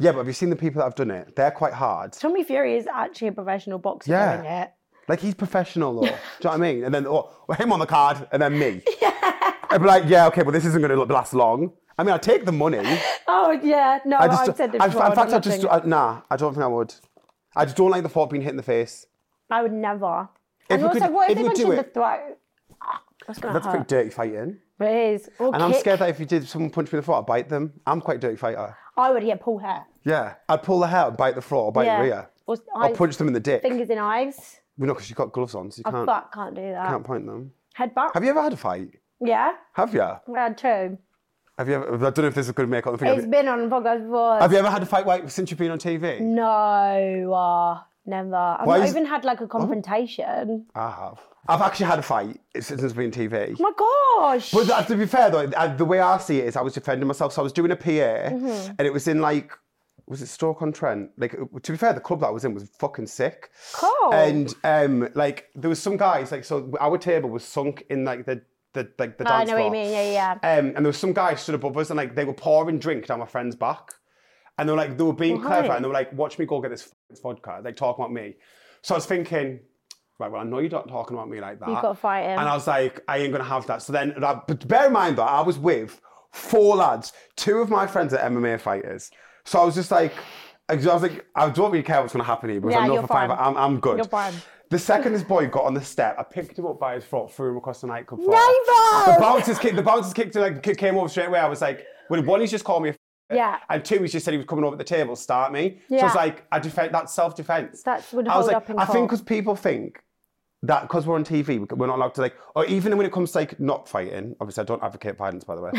[SPEAKER 2] Yeah, but have you seen the people that have done it? They're quite hard.
[SPEAKER 1] Tommy Fury is actually a professional boxer
[SPEAKER 2] Yeah.
[SPEAKER 1] doing it.
[SPEAKER 2] Like he's professional, though. Do you know what I mean? And then oh, well, him on the card, and then me. I'd be like, yeah, okay, well this isn't going to last long. I mean, I take the money.
[SPEAKER 1] Oh yeah, no,
[SPEAKER 2] I
[SPEAKER 1] I
[SPEAKER 2] just,
[SPEAKER 1] have said this
[SPEAKER 2] I, in
[SPEAKER 1] before.
[SPEAKER 2] fact, I
[SPEAKER 1] I'm
[SPEAKER 2] just,
[SPEAKER 1] not
[SPEAKER 2] I, nah, I don't think I would. I just don't like the thought of being hit in the face.
[SPEAKER 1] doing it. I would never.
[SPEAKER 2] If
[SPEAKER 1] and
[SPEAKER 2] we
[SPEAKER 1] also,
[SPEAKER 2] could-
[SPEAKER 1] what if,
[SPEAKER 2] if
[SPEAKER 1] they
[SPEAKER 2] we
[SPEAKER 1] punch
[SPEAKER 2] do
[SPEAKER 1] you in the
[SPEAKER 2] it-
[SPEAKER 1] throat? That's gonna
[SPEAKER 2] That's
[SPEAKER 1] hurt.
[SPEAKER 2] pretty dirty fighting.
[SPEAKER 1] But it is. Or
[SPEAKER 2] And I'm
[SPEAKER 1] Uh-huh. kick.
[SPEAKER 2] scared that if you did, someone punch me in the throat, I'd bite them. I'm quite a dirty fighter.
[SPEAKER 1] I would get pull hair.
[SPEAKER 2] Yeah, I'd pull the hair, bite the throat, or bite
[SPEAKER 1] Yeah.
[SPEAKER 2] the rear.
[SPEAKER 1] Or
[SPEAKER 2] I'll
[SPEAKER 1] eyes-
[SPEAKER 2] punch them in the dick.
[SPEAKER 1] Fingers in eyes.
[SPEAKER 2] Well, no, because you've got gloves on, so you
[SPEAKER 1] I
[SPEAKER 2] can't,
[SPEAKER 1] fuck can't do that.
[SPEAKER 2] can't point them.
[SPEAKER 1] Headbutt.
[SPEAKER 2] Have you ever had a fight?
[SPEAKER 1] Yeah,
[SPEAKER 2] Have you?
[SPEAKER 1] I had two.
[SPEAKER 2] Have you ever? I don't know if this is going to make on the thing. Have
[SPEAKER 1] It's
[SPEAKER 2] you,
[SPEAKER 1] been on podcast before.
[SPEAKER 2] have you ever had a fight like, since you've been on TV?
[SPEAKER 1] No, uh, never. I've
[SPEAKER 2] Why
[SPEAKER 1] not
[SPEAKER 2] is-
[SPEAKER 1] even had like a confrontation.
[SPEAKER 2] I have. I've actually had a fight since I've been on TV.
[SPEAKER 1] Oh my gosh.
[SPEAKER 2] But that, to be fair though, I, the way I see it is, I was defending myself. So I was doing a PA,
[SPEAKER 1] Mm-hmm.
[SPEAKER 2] and it was in like, was it Stoke on Trent? Like, to be fair, the club that I was in was fucking sick.
[SPEAKER 1] Cool.
[SPEAKER 2] And
[SPEAKER 1] Oh.
[SPEAKER 2] um, like, there was some guys like, so our table was sunk in like the the like the
[SPEAKER 1] Oh, I
[SPEAKER 2] dance
[SPEAKER 1] know what you
[SPEAKER 2] floor.
[SPEAKER 1] mean, yeah, yeah.
[SPEAKER 2] Um, and there was some guys stood above us, and like they were pouring drink down my friend's back, and they were like they were being clever, and they were like, watch me go get this f- vodka. Like talking about me. So I was thinking. Right, well, I know you're not talking about me like that.
[SPEAKER 1] You've gotta fight him.
[SPEAKER 2] And I was like, I ain't gonna have that. So then, and I- but bear in mind that I was with four lads. Two of my friends are MMA fighters. So I was just like, I was like, I don't really care what's gonna happen here because
[SPEAKER 1] Yeah,
[SPEAKER 2] I'm not
[SPEAKER 1] you're
[SPEAKER 2] for five.
[SPEAKER 1] fine.
[SPEAKER 2] I'm, I'm good.
[SPEAKER 1] You're fine.
[SPEAKER 2] The second this boy got on the step, I picked him up by his throat, threw him across the nightclub floor.
[SPEAKER 1] Never!
[SPEAKER 2] The bouncers, kicked, the bouncers kicked, like ki- came over straight away. I was like, well, one, he's just called me a f-
[SPEAKER 1] yeah.
[SPEAKER 2] and two, he's just said he was coming over the table, start me. So
[SPEAKER 1] Yeah.
[SPEAKER 2] it's like, I defend, that's self defense.
[SPEAKER 1] That would
[SPEAKER 2] I was
[SPEAKER 1] hold
[SPEAKER 2] like,
[SPEAKER 1] up in
[SPEAKER 2] I think
[SPEAKER 1] court.
[SPEAKER 2] because people think that because we're on TV, we c- we're not allowed to like, or even when it comes to like not fighting. Obviously, I don't advocate violence, by the way.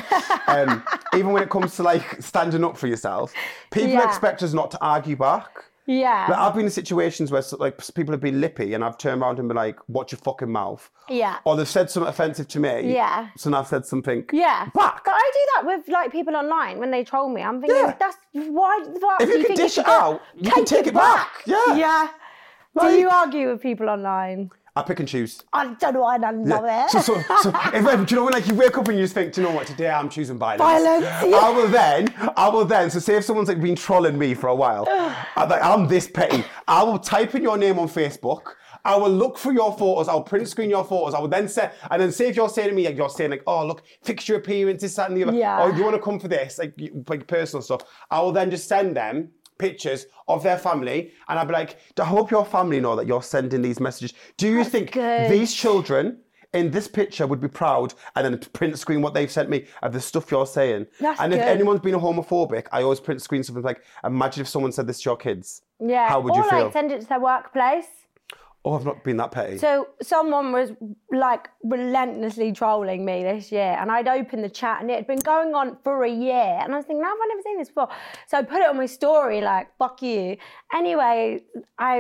[SPEAKER 2] Um, even when it comes to like standing up for yourself, people
[SPEAKER 1] Yeah.
[SPEAKER 2] expect us not to argue back.
[SPEAKER 1] Yeah.
[SPEAKER 2] Like, I've been in situations where so- like people have been lippy, and I've turned around and been like, "Watch your fucking mouth."
[SPEAKER 1] Yeah.
[SPEAKER 2] Or they've said something offensive to me.
[SPEAKER 1] Yeah.
[SPEAKER 2] So now I've said something.
[SPEAKER 1] yeah.
[SPEAKER 2] Back.
[SPEAKER 1] But I do that with like people online when they troll me. I'm thinking,
[SPEAKER 2] Yeah.
[SPEAKER 1] that's why the fuck
[SPEAKER 2] If
[SPEAKER 1] do
[SPEAKER 2] you can
[SPEAKER 1] think
[SPEAKER 2] dish it
[SPEAKER 1] should
[SPEAKER 2] out, you can take it back. Yeah.
[SPEAKER 1] Yeah. do
[SPEAKER 2] Like-
[SPEAKER 1] you argue with people online?
[SPEAKER 2] I pick and choose.
[SPEAKER 1] I don't know why I don't love it.
[SPEAKER 2] So, so, so if, um, do you know when like you wake up and you just think, do you know what? Today I'm choosing violence.
[SPEAKER 1] Violence, yeah.
[SPEAKER 2] I will then, I will then. So say if someone's like been trolling me for a while, I'm, like, I'm this petty. I will type in your name on Facebook. I will look for your photos. I'll print screen your photos. I will then say, and then say if you're saying to me, like you're saying like, oh look, fix your appearance, this, that, and the other. Oh,
[SPEAKER 1] Yeah.
[SPEAKER 2] Or you want to come for this, like, you- like personal stuff. I will then just send them pictures of their family, and I'll be like, I hope your family know that you're sending these messages. Do you think
[SPEAKER 1] good.
[SPEAKER 2] these children in this picture would be proud and then print screen what they've sent me of the stuff you're saying.
[SPEAKER 1] That's
[SPEAKER 2] and if
[SPEAKER 1] good.
[SPEAKER 2] anyone's been homophobic, I always print screen something like, imagine if someone said this to your kids.
[SPEAKER 1] yeah.
[SPEAKER 2] How would
[SPEAKER 1] or
[SPEAKER 2] you feel?
[SPEAKER 1] like send it to their workplace.
[SPEAKER 2] oh, I've not been that petty.
[SPEAKER 1] So someone was like relentlessly trolling me this year, and I'd opened the chat, and it had been going on for a year, and I was thinking, "How have I never seen this before?" So I put it on my story, like "fuck you." Anyway, I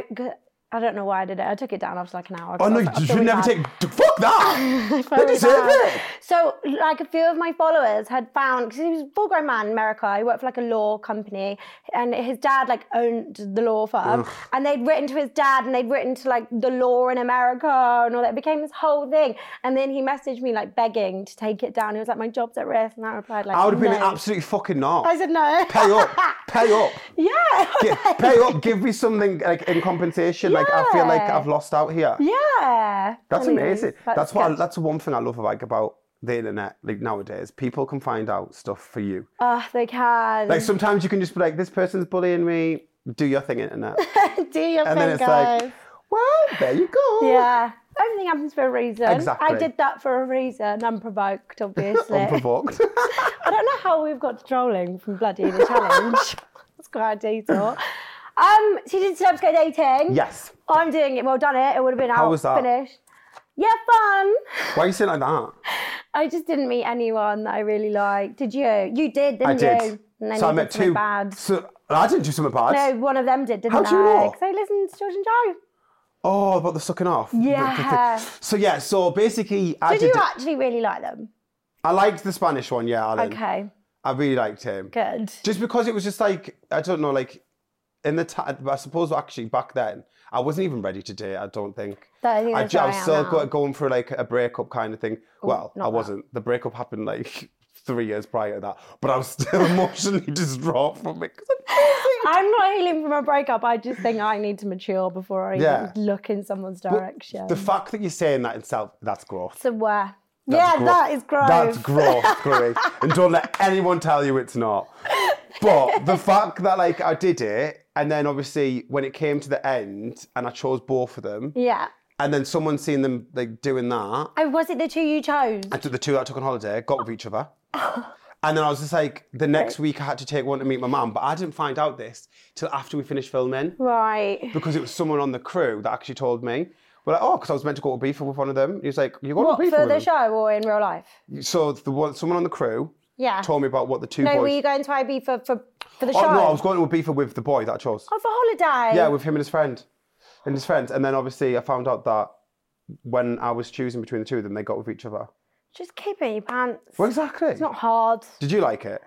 [SPEAKER 1] I don't know why I did it. I took it down after like an hour.
[SPEAKER 2] oh
[SPEAKER 1] I
[SPEAKER 2] no, you
[SPEAKER 1] felt
[SPEAKER 2] should
[SPEAKER 1] really
[SPEAKER 2] never
[SPEAKER 1] bad.
[SPEAKER 2] take. d- Fuck that! they
[SPEAKER 1] Very
[SPEAKER 2] deserve
[SPEAKER 1] bad.
[SPEAKER 2] it!
[SPEAKER 1] So, like, a few of my followers had found because he was a full-grown man in America. He worked for like a law company, and his dad like owned the law firm. And they'd written to his dad, and they'd written to like the law in America, and all that. It became this whole thing. And then he messaged me like begging to take it down. He was like, "My job's at risk," and I replied like,
[SPEAKER 2] I would have been
[SPEAKER 1] "No."
[SPEAKER 2] absolutely fucking not.
[SPEAKER 1] I said no.
[SPEAKER 2] pay up, pay up.
[SPEAKER 1] yeah.
[SPEAKER 2] Gi- pay up, give me something like in compensation. Like I feel like
[SPEAKER 1] Yeah.
[SPEAKER 2] I've lost out here.
[SPEAKER 1] Yeah.
[SPEAKER 2] That's
[SPEAKER 1] Anyways,
[SPEAKER 2] amazing. That's, what I,
[SPEAKER 1] good.
[SPEAKER 2] that's the one thing I love like about the internet like nowadays. People can find out stuff for you.
[SPEAKER 1] Oh, they can.
[SPEAKER 2] Like sometimes you can just be like, this person's bullying me. Do your thing, internet.
[SPEAKER 1] Do your thing,
[SPEAKER 2] And then it's
[SPEAKER 1] guys.
[SPEAKER 2] like, well, there you go.
[SPEAKER 1] Yeah. Everything happens for a reason. I
[SPEAKER 2] Exactly.
[SPEAKER 1] did that for a reason, unprovoked, obviously.
[SPEAKER 2] Unprovoked.
[SPEAKER 1] I don't know how we've got to trolling from bloody the challenge. That's quite a detour. Um, so you did celebs go dating.
[SPEAKER 2] yes.
[SPEAKER 1] I'm doing it. Well done. It. It would have been
[SPEAKER 2] How
[SPEAKER 1] out.
[SPEAKER 2] was that?
[SPEAKER 1] Finished. Yeah, fun.
[SPEAKER 2] Why are you saying like that?
[SPEAKER 1] I just didn't meet anyone that I really liked. Did you? You did, didn't
[SPEAKER 2] I did.
[SPEAKER 1] you? And then
[SPEAKER 2] so
[SPEAKER 1] you
[SPEAKER 2] I met
[SPEAKER 1] did something
[SPEAKER 2] two.
[SPEAKER 1] Bad.
[SPEAKER 2] So I didn't do something bad.
[SPEAKER 1] No, one of them did, didn't
[SPEAKER 2] How
[SPEAKER 1] I?
[SPEAKER 2] do you know?
[SPEAKER 1] Because I listened to George and Joe.
[SPEAKER 2] Oh, about the sucking off. The- the thing.
[SPEAKER 1] Yeah.
[SPEAKER 2] so yeah. So basically, I
[SPEAKER 1] Did
[SPEAKER 2] did.
[SPEAKER 1] you
[SPEAKER 2] it-
[SPEAKER 1] actually really like them?
[SPEAKER 2] I liked the Spanish one. Yeah, Alan.
[SPEAKER 1] Okay,
[SPEAKER 2] I really liked him.
[SPEAKER 1] good.
[SPEAKER 2] Just because it was just like I don't know, like in the time. I suppose actually back then I wasn't even ready to date. I don't think.
[SPEAKER 1] That- I think
[SPEAKER 2] I,
[SPEAKER 1] that's
[SPEAKER 2] ju- I
[SPEAKER 1] where
[SPEAKER 2] was
[SPEAKER 1] I am
[SPEAKER 2] still
[SPEAKER 1] now.
[SPEAKER 2] go- going through like a breakup kind of thing. well,
[SPEAKER 1] not
[SPEAKER 2] I
[SPEAKER 1] that.
[SPEAKER 2] wasn't. The breakup happened like three years prior to that, but I was still emotionally distraught from it. 'cause I'm-
[SPEAKER 1] I'm not healing from a breakup. I just think I need to mature before I
[SPEAKER 2] Yeah.
[SPEAKER 1] even look in someone's direction.
[SPEAKER 2] the fact that you're saying that itself, that's growth.
[SPEAKER 1] so where?
[SPEAKER 2] That's
[SPEAKER 1] yeah,
[SPEAKER 2] gro-
[SPEAKER 1] that is gross.
[SPEAKER 2] That's growth, Chloe. and don't let anyone tell you it's not. But the fact that like I did it, and then obviously when it came to the end, and I chose both of them,
[SPEAKER 1] yeah.
[SPEAKER 2] and then someone seeing them like doing that,
[SPEAKER 1] Oh, was it the two you chose?
[SPEAKER 2] I took the two that I took on holiday, got with each other.
[SPEAKER 1] Oh.
[SPEAKER 2] And then I was just like, the next week I had to take one to meet my mum, but I didn't find out this till after we finished filming
[SPEAKER 1] Right.
[SPEAKER 2] because it was someone on the crew that actually told me. We're like, oh, because I was meant to go to Ibiza with one of them. He was like, you're going
[SPEAKER 1] What
[SPEAKER 2] to Ibiza
[SPEAKER 1] for
[SPEAKER 2] with
[SPEAKER 1] the
[SPEAKER 2] them?
[SPEAKER 1] show or in real life?
[SPEAKER 2] So the one, someone on the crew
[SPEAKER 1] Yeah.
[SPEAKER 2] told me about what the two
[SPEAKER 1] no,
[SPEAKER 2] boys.
[SPEAKER 1] were you going to IB for for, for the
[SPEAKER 2] oh
[SPEAKER 1] show?
[SPEAKER 2] no, I was going to Ibiza with the boy that I chose.
[SPEAKER 1] Oh, for holiday.
[SPEAKER 2] Yeah, with him and his friend, and his friends. And then obviously I found out that when I was choosing between the two of them, they got with each other.
[SPEAKER 1] Just keep it in your pants.
[SPEAKER 2] Well, exactly.
[SPEAKER 1] It's not hard.
[SPEAKER 2] Did you like it?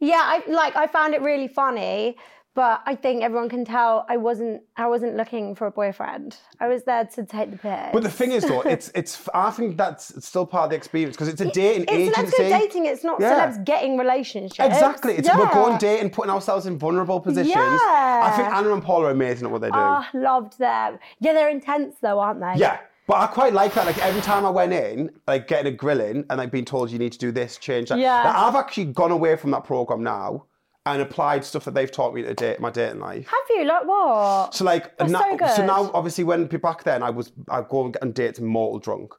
[SPEAKER 1] Yeah, I like I found it really funny, but I think everyone can tell I wasn't I wasn't looking for a boyfriend. I was there to take the piss.
[SPEAKER 2] But the thing is, though, it's it's. I think that's still part of the experience because it's a dating
[SPEAKER 1] It's
[SPEAKER 2] agency.
[SPEAKER 1] celebs go dating. It's not
[SPEAKER 2] Yeah.
[SPEAKER 1] celebs getting relationships.
[SPEAKER 2] Exactly. It's we're
[SPEAKER 1] Yeah.
[SPEAKER 2] going dating, putting ourselves in vulnerable positions. I think
[SPEAKER 1] Yeah.
[SPEAKER 2] Anna and Paul are amazing at what they do.
[SPEAKER 1] Ah, loved them. Yeah, they're intense though, aren't they?
[SPEAKER 2] Yeah. But I quite like that. Like every time I went in, like getting a grilling and like being told you need to do this, change that.
[SPEAKER 1] Yeah.
[SPEAKER 2] Like, I've actually gone away from that program now and applied stuff that they've taught me to date my dating life.
[SPEAKER 1] Have you like what?
[SPEAKER 2] So like
[SPEAKER 1] That's
[SPEAKER 2] now,
[SPEAKER 1] so good.
[SPEAKER 2] now obviously when back then I was I go and get on dates mortal drunk.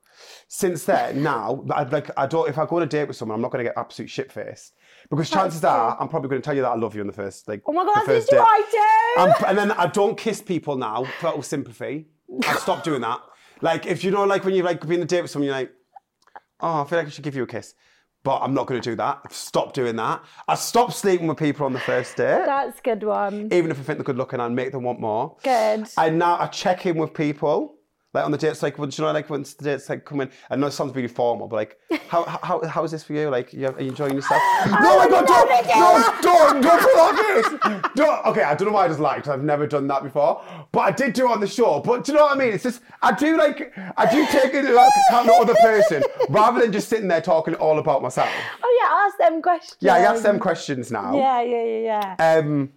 [SPEAKER 2] Since then now I like I don't if I go on a date with someone I'm not going to get absolute shit faced because chances are I'm probably going to tell you that I love you on the first like
[SPEAKER 1] Oh my God,
[SPEAKER 2] the
[SPEAKER 1] that's
[SPEAKER 2] first
[SPEAKER 1] literally
[SPEAKER 2] date. Um,
[SPEAKER 1] what I do.
[SPEAKER 2] I'm- and then I don't kiss people now for sympathy. I've stopped doing that. Like if you know, like when you like be on a date with someone, you're like, oh, I feel like I should give you a kiss, but I'm not going to do that. I've stopped doing that. I stopped sleeping with people on the first date,
[SPEAKER 1] That's a good one.
[SPEAKER 2] even if I think they're good looking, and make them want more.
[SPEAKER 1] Good.
[SPEAKER 2] And now I check in with people. Like on the dates, like, once you know, like, once the dates, like, come in, I know it sounds really formal, but like, how, how, how is this for you? Like, you, are you enjoying yourself? no, my God, don't, no, don't, don't do that, please. Don't, okay, I don't know why I just lied, 'cause I've never done that before, but I did do it on the show. But do you know what I mean? It's just, I do, like, I do take into like, account the other person rather than just sitting there talking all about myself.
[SPEAKER 1] Oh yeah, ask them questions.
[SPEAKER 2] Yeah, I ask them questions now.
[SPEAKER 1] Yeah, yeah, yeah, yeah.
[SPEAKER 2] Um,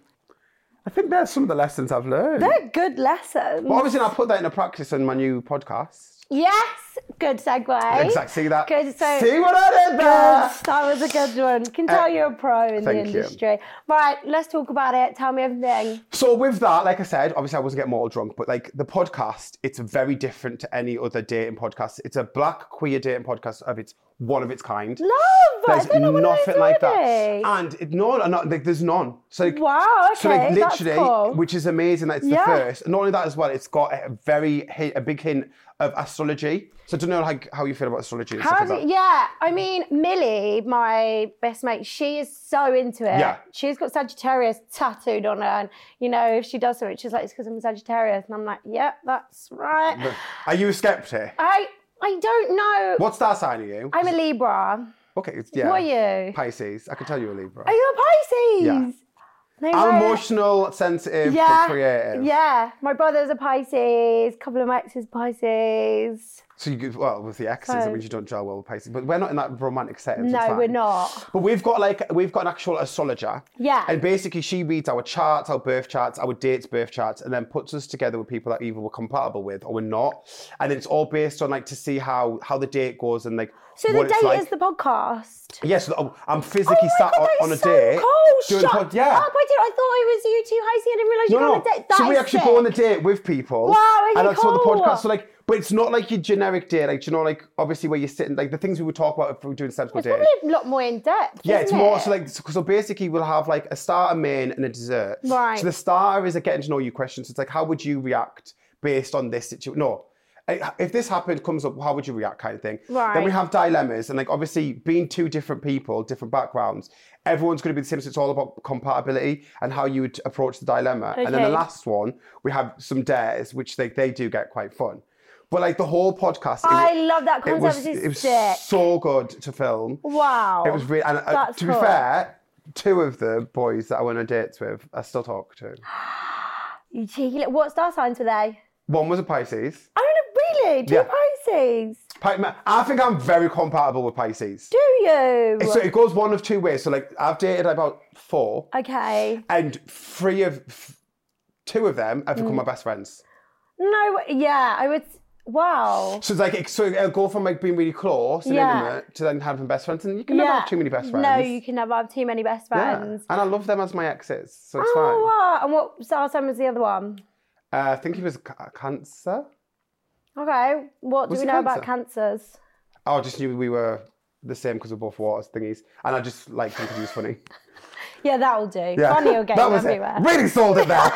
[SPEAKER 2] I think that's some of the lessons I've learned.
[SPEAKER 1] They're good lessons.
[SPEAKER 2] But obviously, I put that into practice on my new podcast.
[SPEAKER 1] Yes, good segue.
[SPEAKER 2] Exactly. See that?
[SPEAKER 1] Good. So
[SPEAKER 2] See what I did
[SPEAKER 1] Good,
[SPEAKER 2] there? Eh,
[SPEAKER 1] That was a good one. Can tell you're a pro in the
[SPEAKER 2] thank you.
[SPEAKER 1] industry. Right, let's talk about it. Tell me everything.
[SPEAKER 2] So with that, like I said, obviously I wasn't getting mortal drunk, but like the podcast, it's very different to any other dating podcast. It's a black queer dating podcast of its one of its kind.
[SPEAKER 1] Love. I
[SPEAKER 2] There's
[SPEAKER 1] don't know what
[SPEAKER 2] nothing
[SPEAKER 1] I'm
[SPEAKER 2] like
[SPEAKER 1] doing.
[SPEAKER 2] that. And it, no, no, no, like, there's none. So like,
[SPEAKER 1] Wow,
[SPEAKER 2] So like
[SPEAKER 1] okay, that's
[SPEAKER 2] literally,
[SPEAKER 1] cool.
[SPEAKER 2] which is amazing that it's
[SPEAKER 1] Yeah.
[SPEAKER 2] the first. Not only that as well, it's got a very hint, a big hint of astrology. So I don't know like how you feel about astrology and
[SPEAKER 1] How
[SPEAKER 2] stuff
[SPEAKER 1] do,
[SPEAKER 2] like that.
[SPEAKER 1] yeah, I mean, Millie, my best mate, she is so into it.
[SPEAKER 2] Yeah.
[SPEAKER 1] She's got Sagittarius tattooed on her. And, you know, if she does something, she's like, it's because I'm Sagittarius. And I'm like, yep, that's right.
[SPEAKER 2] Are you a skeptic?
[SPEAKER 1] I I don't know.
[SPEAKER 2] What star sign are you?
[SPEAKER 1] I'm a Libra.
[SPEAKER 2] Okay, it's- yeah.
[SPEAKER 1] What are you?
[SPEAKER 2] Pisces. I can tell you're a Libra.
[SPEAKER 1] Are you a Pisces? No
[SPEAKER 2] I'm
[SPEAKER 1] way.
[SPEAKER 2] emotional, sensitive,
[SPEAKER 1] Yeah.
[SPEAKER 2] but creative.
[SPEAKER 1] Yeah. My brother's a Pisces. couple of my exes Pisces.
[SPEAKER 2] So you could- well with the exes,
[SPEAKER 1] So-
[SPEAKER 2] it means you don't gel well with Pisces. But we're not in that romantic setting.
[SPEAKER 1] No, we're not.
[SPEAKER 2] But we've got like we've got an actual astrologer.
[SPEAKER 1] Yeah.
[SPEAKER 2] And basically she reads our charts, our birth charts, our dates, birth charts, and then puts us together with people that either we're compatible with or we're not. And it's all based on like to see how how the date goes and like
[SPEAKER 1] So
[SPEAKER 2] what
[SPEAKER 1] the
[SPEAKER 2] it's
[SPEAKER 1] date
[SPEAKER 2] like.
[SPEAKER 1] is the podcast.
[SPEAKER 2] Yes, oh, I'm physically
[SPEAKER 1] oh my
[SPEAKER 2] sat
[SPEAKER 1] God, that
[SPEAKER 2] on, on a
[SPEAKER 1] is so
[SPEAKER 2] date.
[SPEAKER 1] Cool.
[SPEAKER 2] doing
[SPEAKER 1] Shut
[SPEAKER 2] pod- yeah.
[SPEAKER 1] up. I, did, I thought it was you two Pisces. I didn't realise you were on a date. That
[SPEAKER 2] so we
[SPEAKER 1] is
[SPEAKER 2] actually go on a
[SPEAKER 1] sick.
[SPEAKER 2] date with people.
[SPEAKER 1] Wow, okay,
[SPEAKER 2] and that's what the
[SPEAKER 1] cool.
[SPEAKER 2] podcast. So like, but it's not like your generic date. Like, do you know, like obviously where you're sitting, like the things we would talk about if we were doing sensible
[SPEAKER 1] It's
[SPEAKER 2] dating.
[SPEAKER 1] probably a lot more in depth.
[SPEAKER 2] Yeah, it's
[SPEAKER 1] isn't
[SPEAKER 2] more
[SPEAKER 1] it?
[SPEAKER 2] so like so so basically we'll have like a starter, main, and a dessert.
[SPEAKER 1] Right.
[SPEAKER 2] So the starter is a getting to know you question. So it's like, how would you react based on this situation? No. I- If this happened, comes up, how would you react, kind of thing. Then we
[SPEAKER 1] Right.
[SPEAKER 2] have dilemmas, and like obviously being two different people, different backgrounds, everyone's going to be the same. So it's all about compatibility and how you would approach the dilemma. And then the
[SPEAKER 1] Okay.
[SPEAKER 2] last one, we have some dares, which they they do get quite fun. But like the whole podcast, it
[SPEAKER 1] I
[SPEAKER 2] wa-
[SPEAKER 1] love that
[SPEAKER 2] It was,
[SPEAKER 1] concept, it's
[SPEAKER 2] it was
[SPEAKER 1] sick.
[SPEAKER 2] so good to film.
[SPEAKER 1] Wow.
[SPEAKER 2] It was really, and uh,
[SPEAKER 1] Oh, That's
[SPEAKER 2] to be
[SPEAKER 1] cool.
[SPEAKER 2] fair, two of the boys that I went on dates with, I still talk to.
[SPEAKER 1] You cheeky little. What star signs were they?
[SPEAKER 2] One was a Pisces.
[SPEAKER 1] I don't know, really? Two
[SPEAKER 2] Yeah.
[SPEAKER 1] Pisces?
[SPEAKER 2] Pi- ma- I think I'm very compatible with Pisces.
[SPEAKER 1] Do you?
[SPEAKER 2] So it goes one of two ways. So like, I've dated about four,
[SPEAKER 1] okay.
[SPEAKER 2] and three of f- two of them have become
[SPEAKER 1] Mm.
[SPEAKER 2] my best friends.
[SPEAKER 1] No, yeah, I would. Wow.
[SPEAKER 2] So it's like, it, so it'll go from like being really close and
[SPEAKER 1] Yeah.
[SPEAKER 2] intimate to then having best friends, and you can never
[SPEAKER 1] yeah.
[SPEAKER 2] have too many best friends.
[SPEAKER 1] No, you can never have too many best
[SPEAKER 2] Yeah.
[SPEAKER 1] friends.
[SPEAKER 2] And I love them as my exes, so it's
[SPEAKER 1] Oh,
[SPEAKER 2] fine.
[SPEAKER 1] wow. And what star sign was the other one?
[SPEAKER 2] Uh, I think he was ca- cancer.
[SPEAKER 1] Okay. What
[SPEAKER 2] Was
[SPEAKER 1] do we
[SPEAKER 2] it
[SPEAKER 1] know about cancers?
[SPEAKER 2] Oh, I just knew we were the same because we're both waters thingies, and I just liked him because he was funny.
[SPEAKER 1] Yeah, that'll do. Funny will get
[SPEAKER 2] that
[SPEAKER 1] you
[SPEAKER 2] was
[SPEAKER 1] everywhere.
[SPEAKER 2] it. Really sold it there.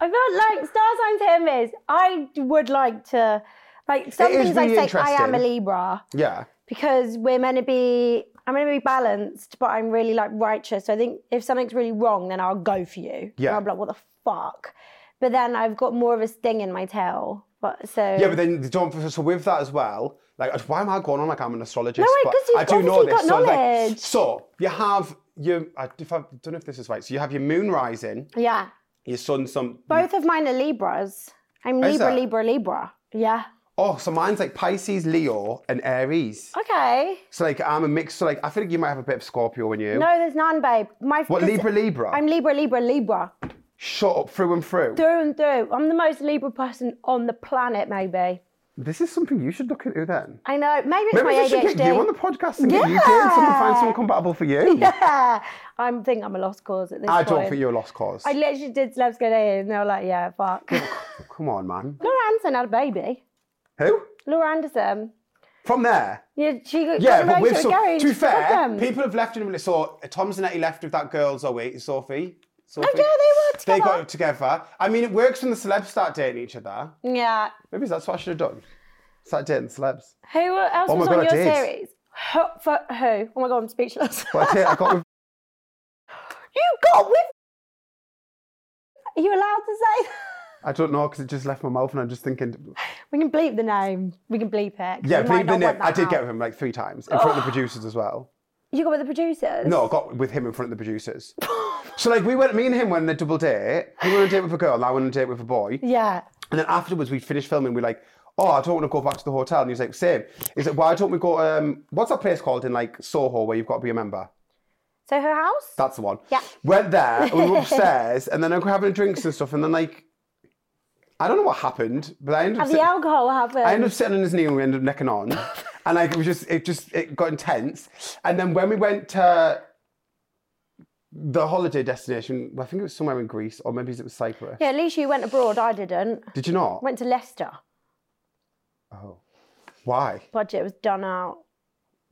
[SPEAKER 1] I feel like star sign to him is I would like to like some
[SPEAKER 2] It is
[SPEAKER 1] things
[SPEAKER 2] really
[SPEAKER 1] I say I am a
[SPEAKER 2] interesting.
[SPEAKER 1] Libra
[SPEAKER 2] yeah,
[SPEAKER 1] because we're meant to be I'm gonna be balanced, but I'm really like righteous. So I think if something's really wrong, then I'll go for you.
[SPEAKER 2] Yeah.
[SPEAKER 1] And I'll be like, what the fuck? But then I've got more of a sting in my tail. But so
[SPEAKER 2] yeah, but then they don't. So with that as well, like why am I going on like I'm an astrologist?
[SPEAKER 1] No,
[SPEAKER 2] but
[SPEAKER 1] 'cause you've
[SPEAKER 2] I do know
[SPEAKER 1] obviously
[SPEAKER 2] this.
[SPEAKER 1] got
[SPEAKER 2] so, like,
[SPEAKER 1] knowledge.
[SPEAKER 2] so you have your. I, if I, I don't know if this is right. So you have your moon rising,
[SPEAKER 1] yeah.
[SPEAKER 2] your sun, some.
[SPEAKER 1] Both of mine are Libras. I'm
[SPEAKER 2] Is
[SPEAKER 1] Libra,
[SPEAKER 2] it?
[SPEAKER 1] Libra, Libra. Yeah.
[SPEAKER 2] Oh, so mine's like Pisces, Leo, and Aries.
[SPEAKER 1] Okay.
[SPEAKER 2] So like I'm a mix. So like I feel like you might have a bit of Scorpio in you.
[SPEAKER 1] No, there's none, babe. My
[SPEAKER 2] What
[SPEAKER 1] 'cause
[SPEAKER 2] Libra, Libra?
[SPEAKER 1] I'm Libra, Libra, Libra.
[SPEAKER 2] Shut up through and through.
[SPEAKER 1] Through and through. I'm the most Libra person on the planet, maybe.
[SPEAKER 2] This is something you should look into then.
[SPEAKER 1] I know. Maybe it's
[SPEAKER 2] Maybe
[SPEAKER 1] my
[SPEAKER 2] we
[SPEAKER 1] ADHD.
[SPEAKER 2] should get you on the podcast and get you dating someone, find someone compatible for you.
[SPEAKER 1] yeah. I think I'm a lost cause at this
[SPEAKER 2] I
[SPEAKER 1] point.
[SPEAKER 2] don't think you're a lost cause.
[SPEAKER 1] I literally did Celebs Go Dating and they were like, yeah, fuck.
[SPEAKER 2] Come on, man.
[SPEAKER 1] Laura Anderson had a baby.
[SPEAKER 2] Who?
[SPEAKER 1] Laura Anderson.
[SPEAKER 2] From there?
[SPEAKER 1] Yeah, she got
[SPEAKER 2] Yeah,
[SPEAKER 1] got
[SPEAKER 2] but
[SPEAKER 1] married
[SPEAKER 2] with
[SPEAKER 1] to a
[SPEAKER 2] some,
[SPEAKER 1] Gary and
[SPEAKER 2] to be
[SPEAKER 1] she got
[SPEAKER 2] fair,
[SPEAKER 1] them.
[SPEAKER 2] people have left in a minute. So Tom Zanetti left with that girl Zoe, Sophie. So
[SPEAKER 1] Oh, yeah, they were
[SPEAKER 2] They
[SPEAKER 1] together.
[SPEAKER 2] got together. I mean, it works when the celebs start dating each other.
[SPEAKER 1] Yeah.
[SPEAKER 2] Maybe that's what I should have done. Start dating celebs.
[SPEAKER 1] Who else
[SPEAKER 2] Oh my
[SPEAKER 1] was
[SPEAKER 2] God,
[SPEAKER 1] on
[SPEAKER 2] I
[SPEAKER 1] your
[SPEAKER 2] did.
[SPEAKER 1] series? Who, for who? Oh my god, I'm speechless.
[SPEAKER 2] But I, did, I got with.
[SPEAKER 1] you got with. Are you allowed to say? that?
[SPEAKER 2] I don't know because it just left my mouth, and I'm just thinking.
[SPEAKER 1] We can bleep the name. We can bleep it. 'cause
[SPEAKER 2] Yeah,
[SPEAKER 1] we
[SPEAKER 2] believe
[SPEAKER 1] might not
[SPEAKER 2] the name.
[SPEAKER 1] want
[SPEAKER 2] I
[SPEAKER 1] that
[SPEAKER 2] did
[SPEAKER 1] out.
[SPEAKER 2] get with him like three times in front of the producers as well.
[SPEAKER 1] You got with the producers.
[SPEAKER 2] No, I got with him in front of the producers. so like we went, me and him went on a double date. He went on a date with a girl, and I went on a date with a boy.
[SPEAKER 1] Yeah.
[SPEAKER 2] And then afterwards, we'd finished filming. We're like, oh, I don't want to go back to the hotel. And he was like, same. He's like, why don't we go? Um, what's that place called in like Soho where you've got to be a member?
[SPEAKER 1] So her house.
[SPEAKER 2] That's the one.
[SPEAKER 1] Yeah.
[SPEAKER 2] Went there, and we were upstairs, and then I were having drinks and stuff, and then like, I don't know what happened, but I ended up.
[SPEAKER 1] Have
[SPEAKER 2] sit-
[SPEAKER 1] the alcohol happened?
[SPEAKER 2] I ended up sitting on his knee and we ended up necking on. and like it was just it just it got intense. And then when we went to the holiday destination, I think it was somewhere in Greece or maybe it was Cyprus.
[SPEAKER 1] yeah, at least you went abroad. I didn't.
[SPEAKER 2] Did you not?
[SPEAKER 1] Went to Leicester.
[SPEAKER 2] oh. Why?
[SPEAKER 1] Budget was done out.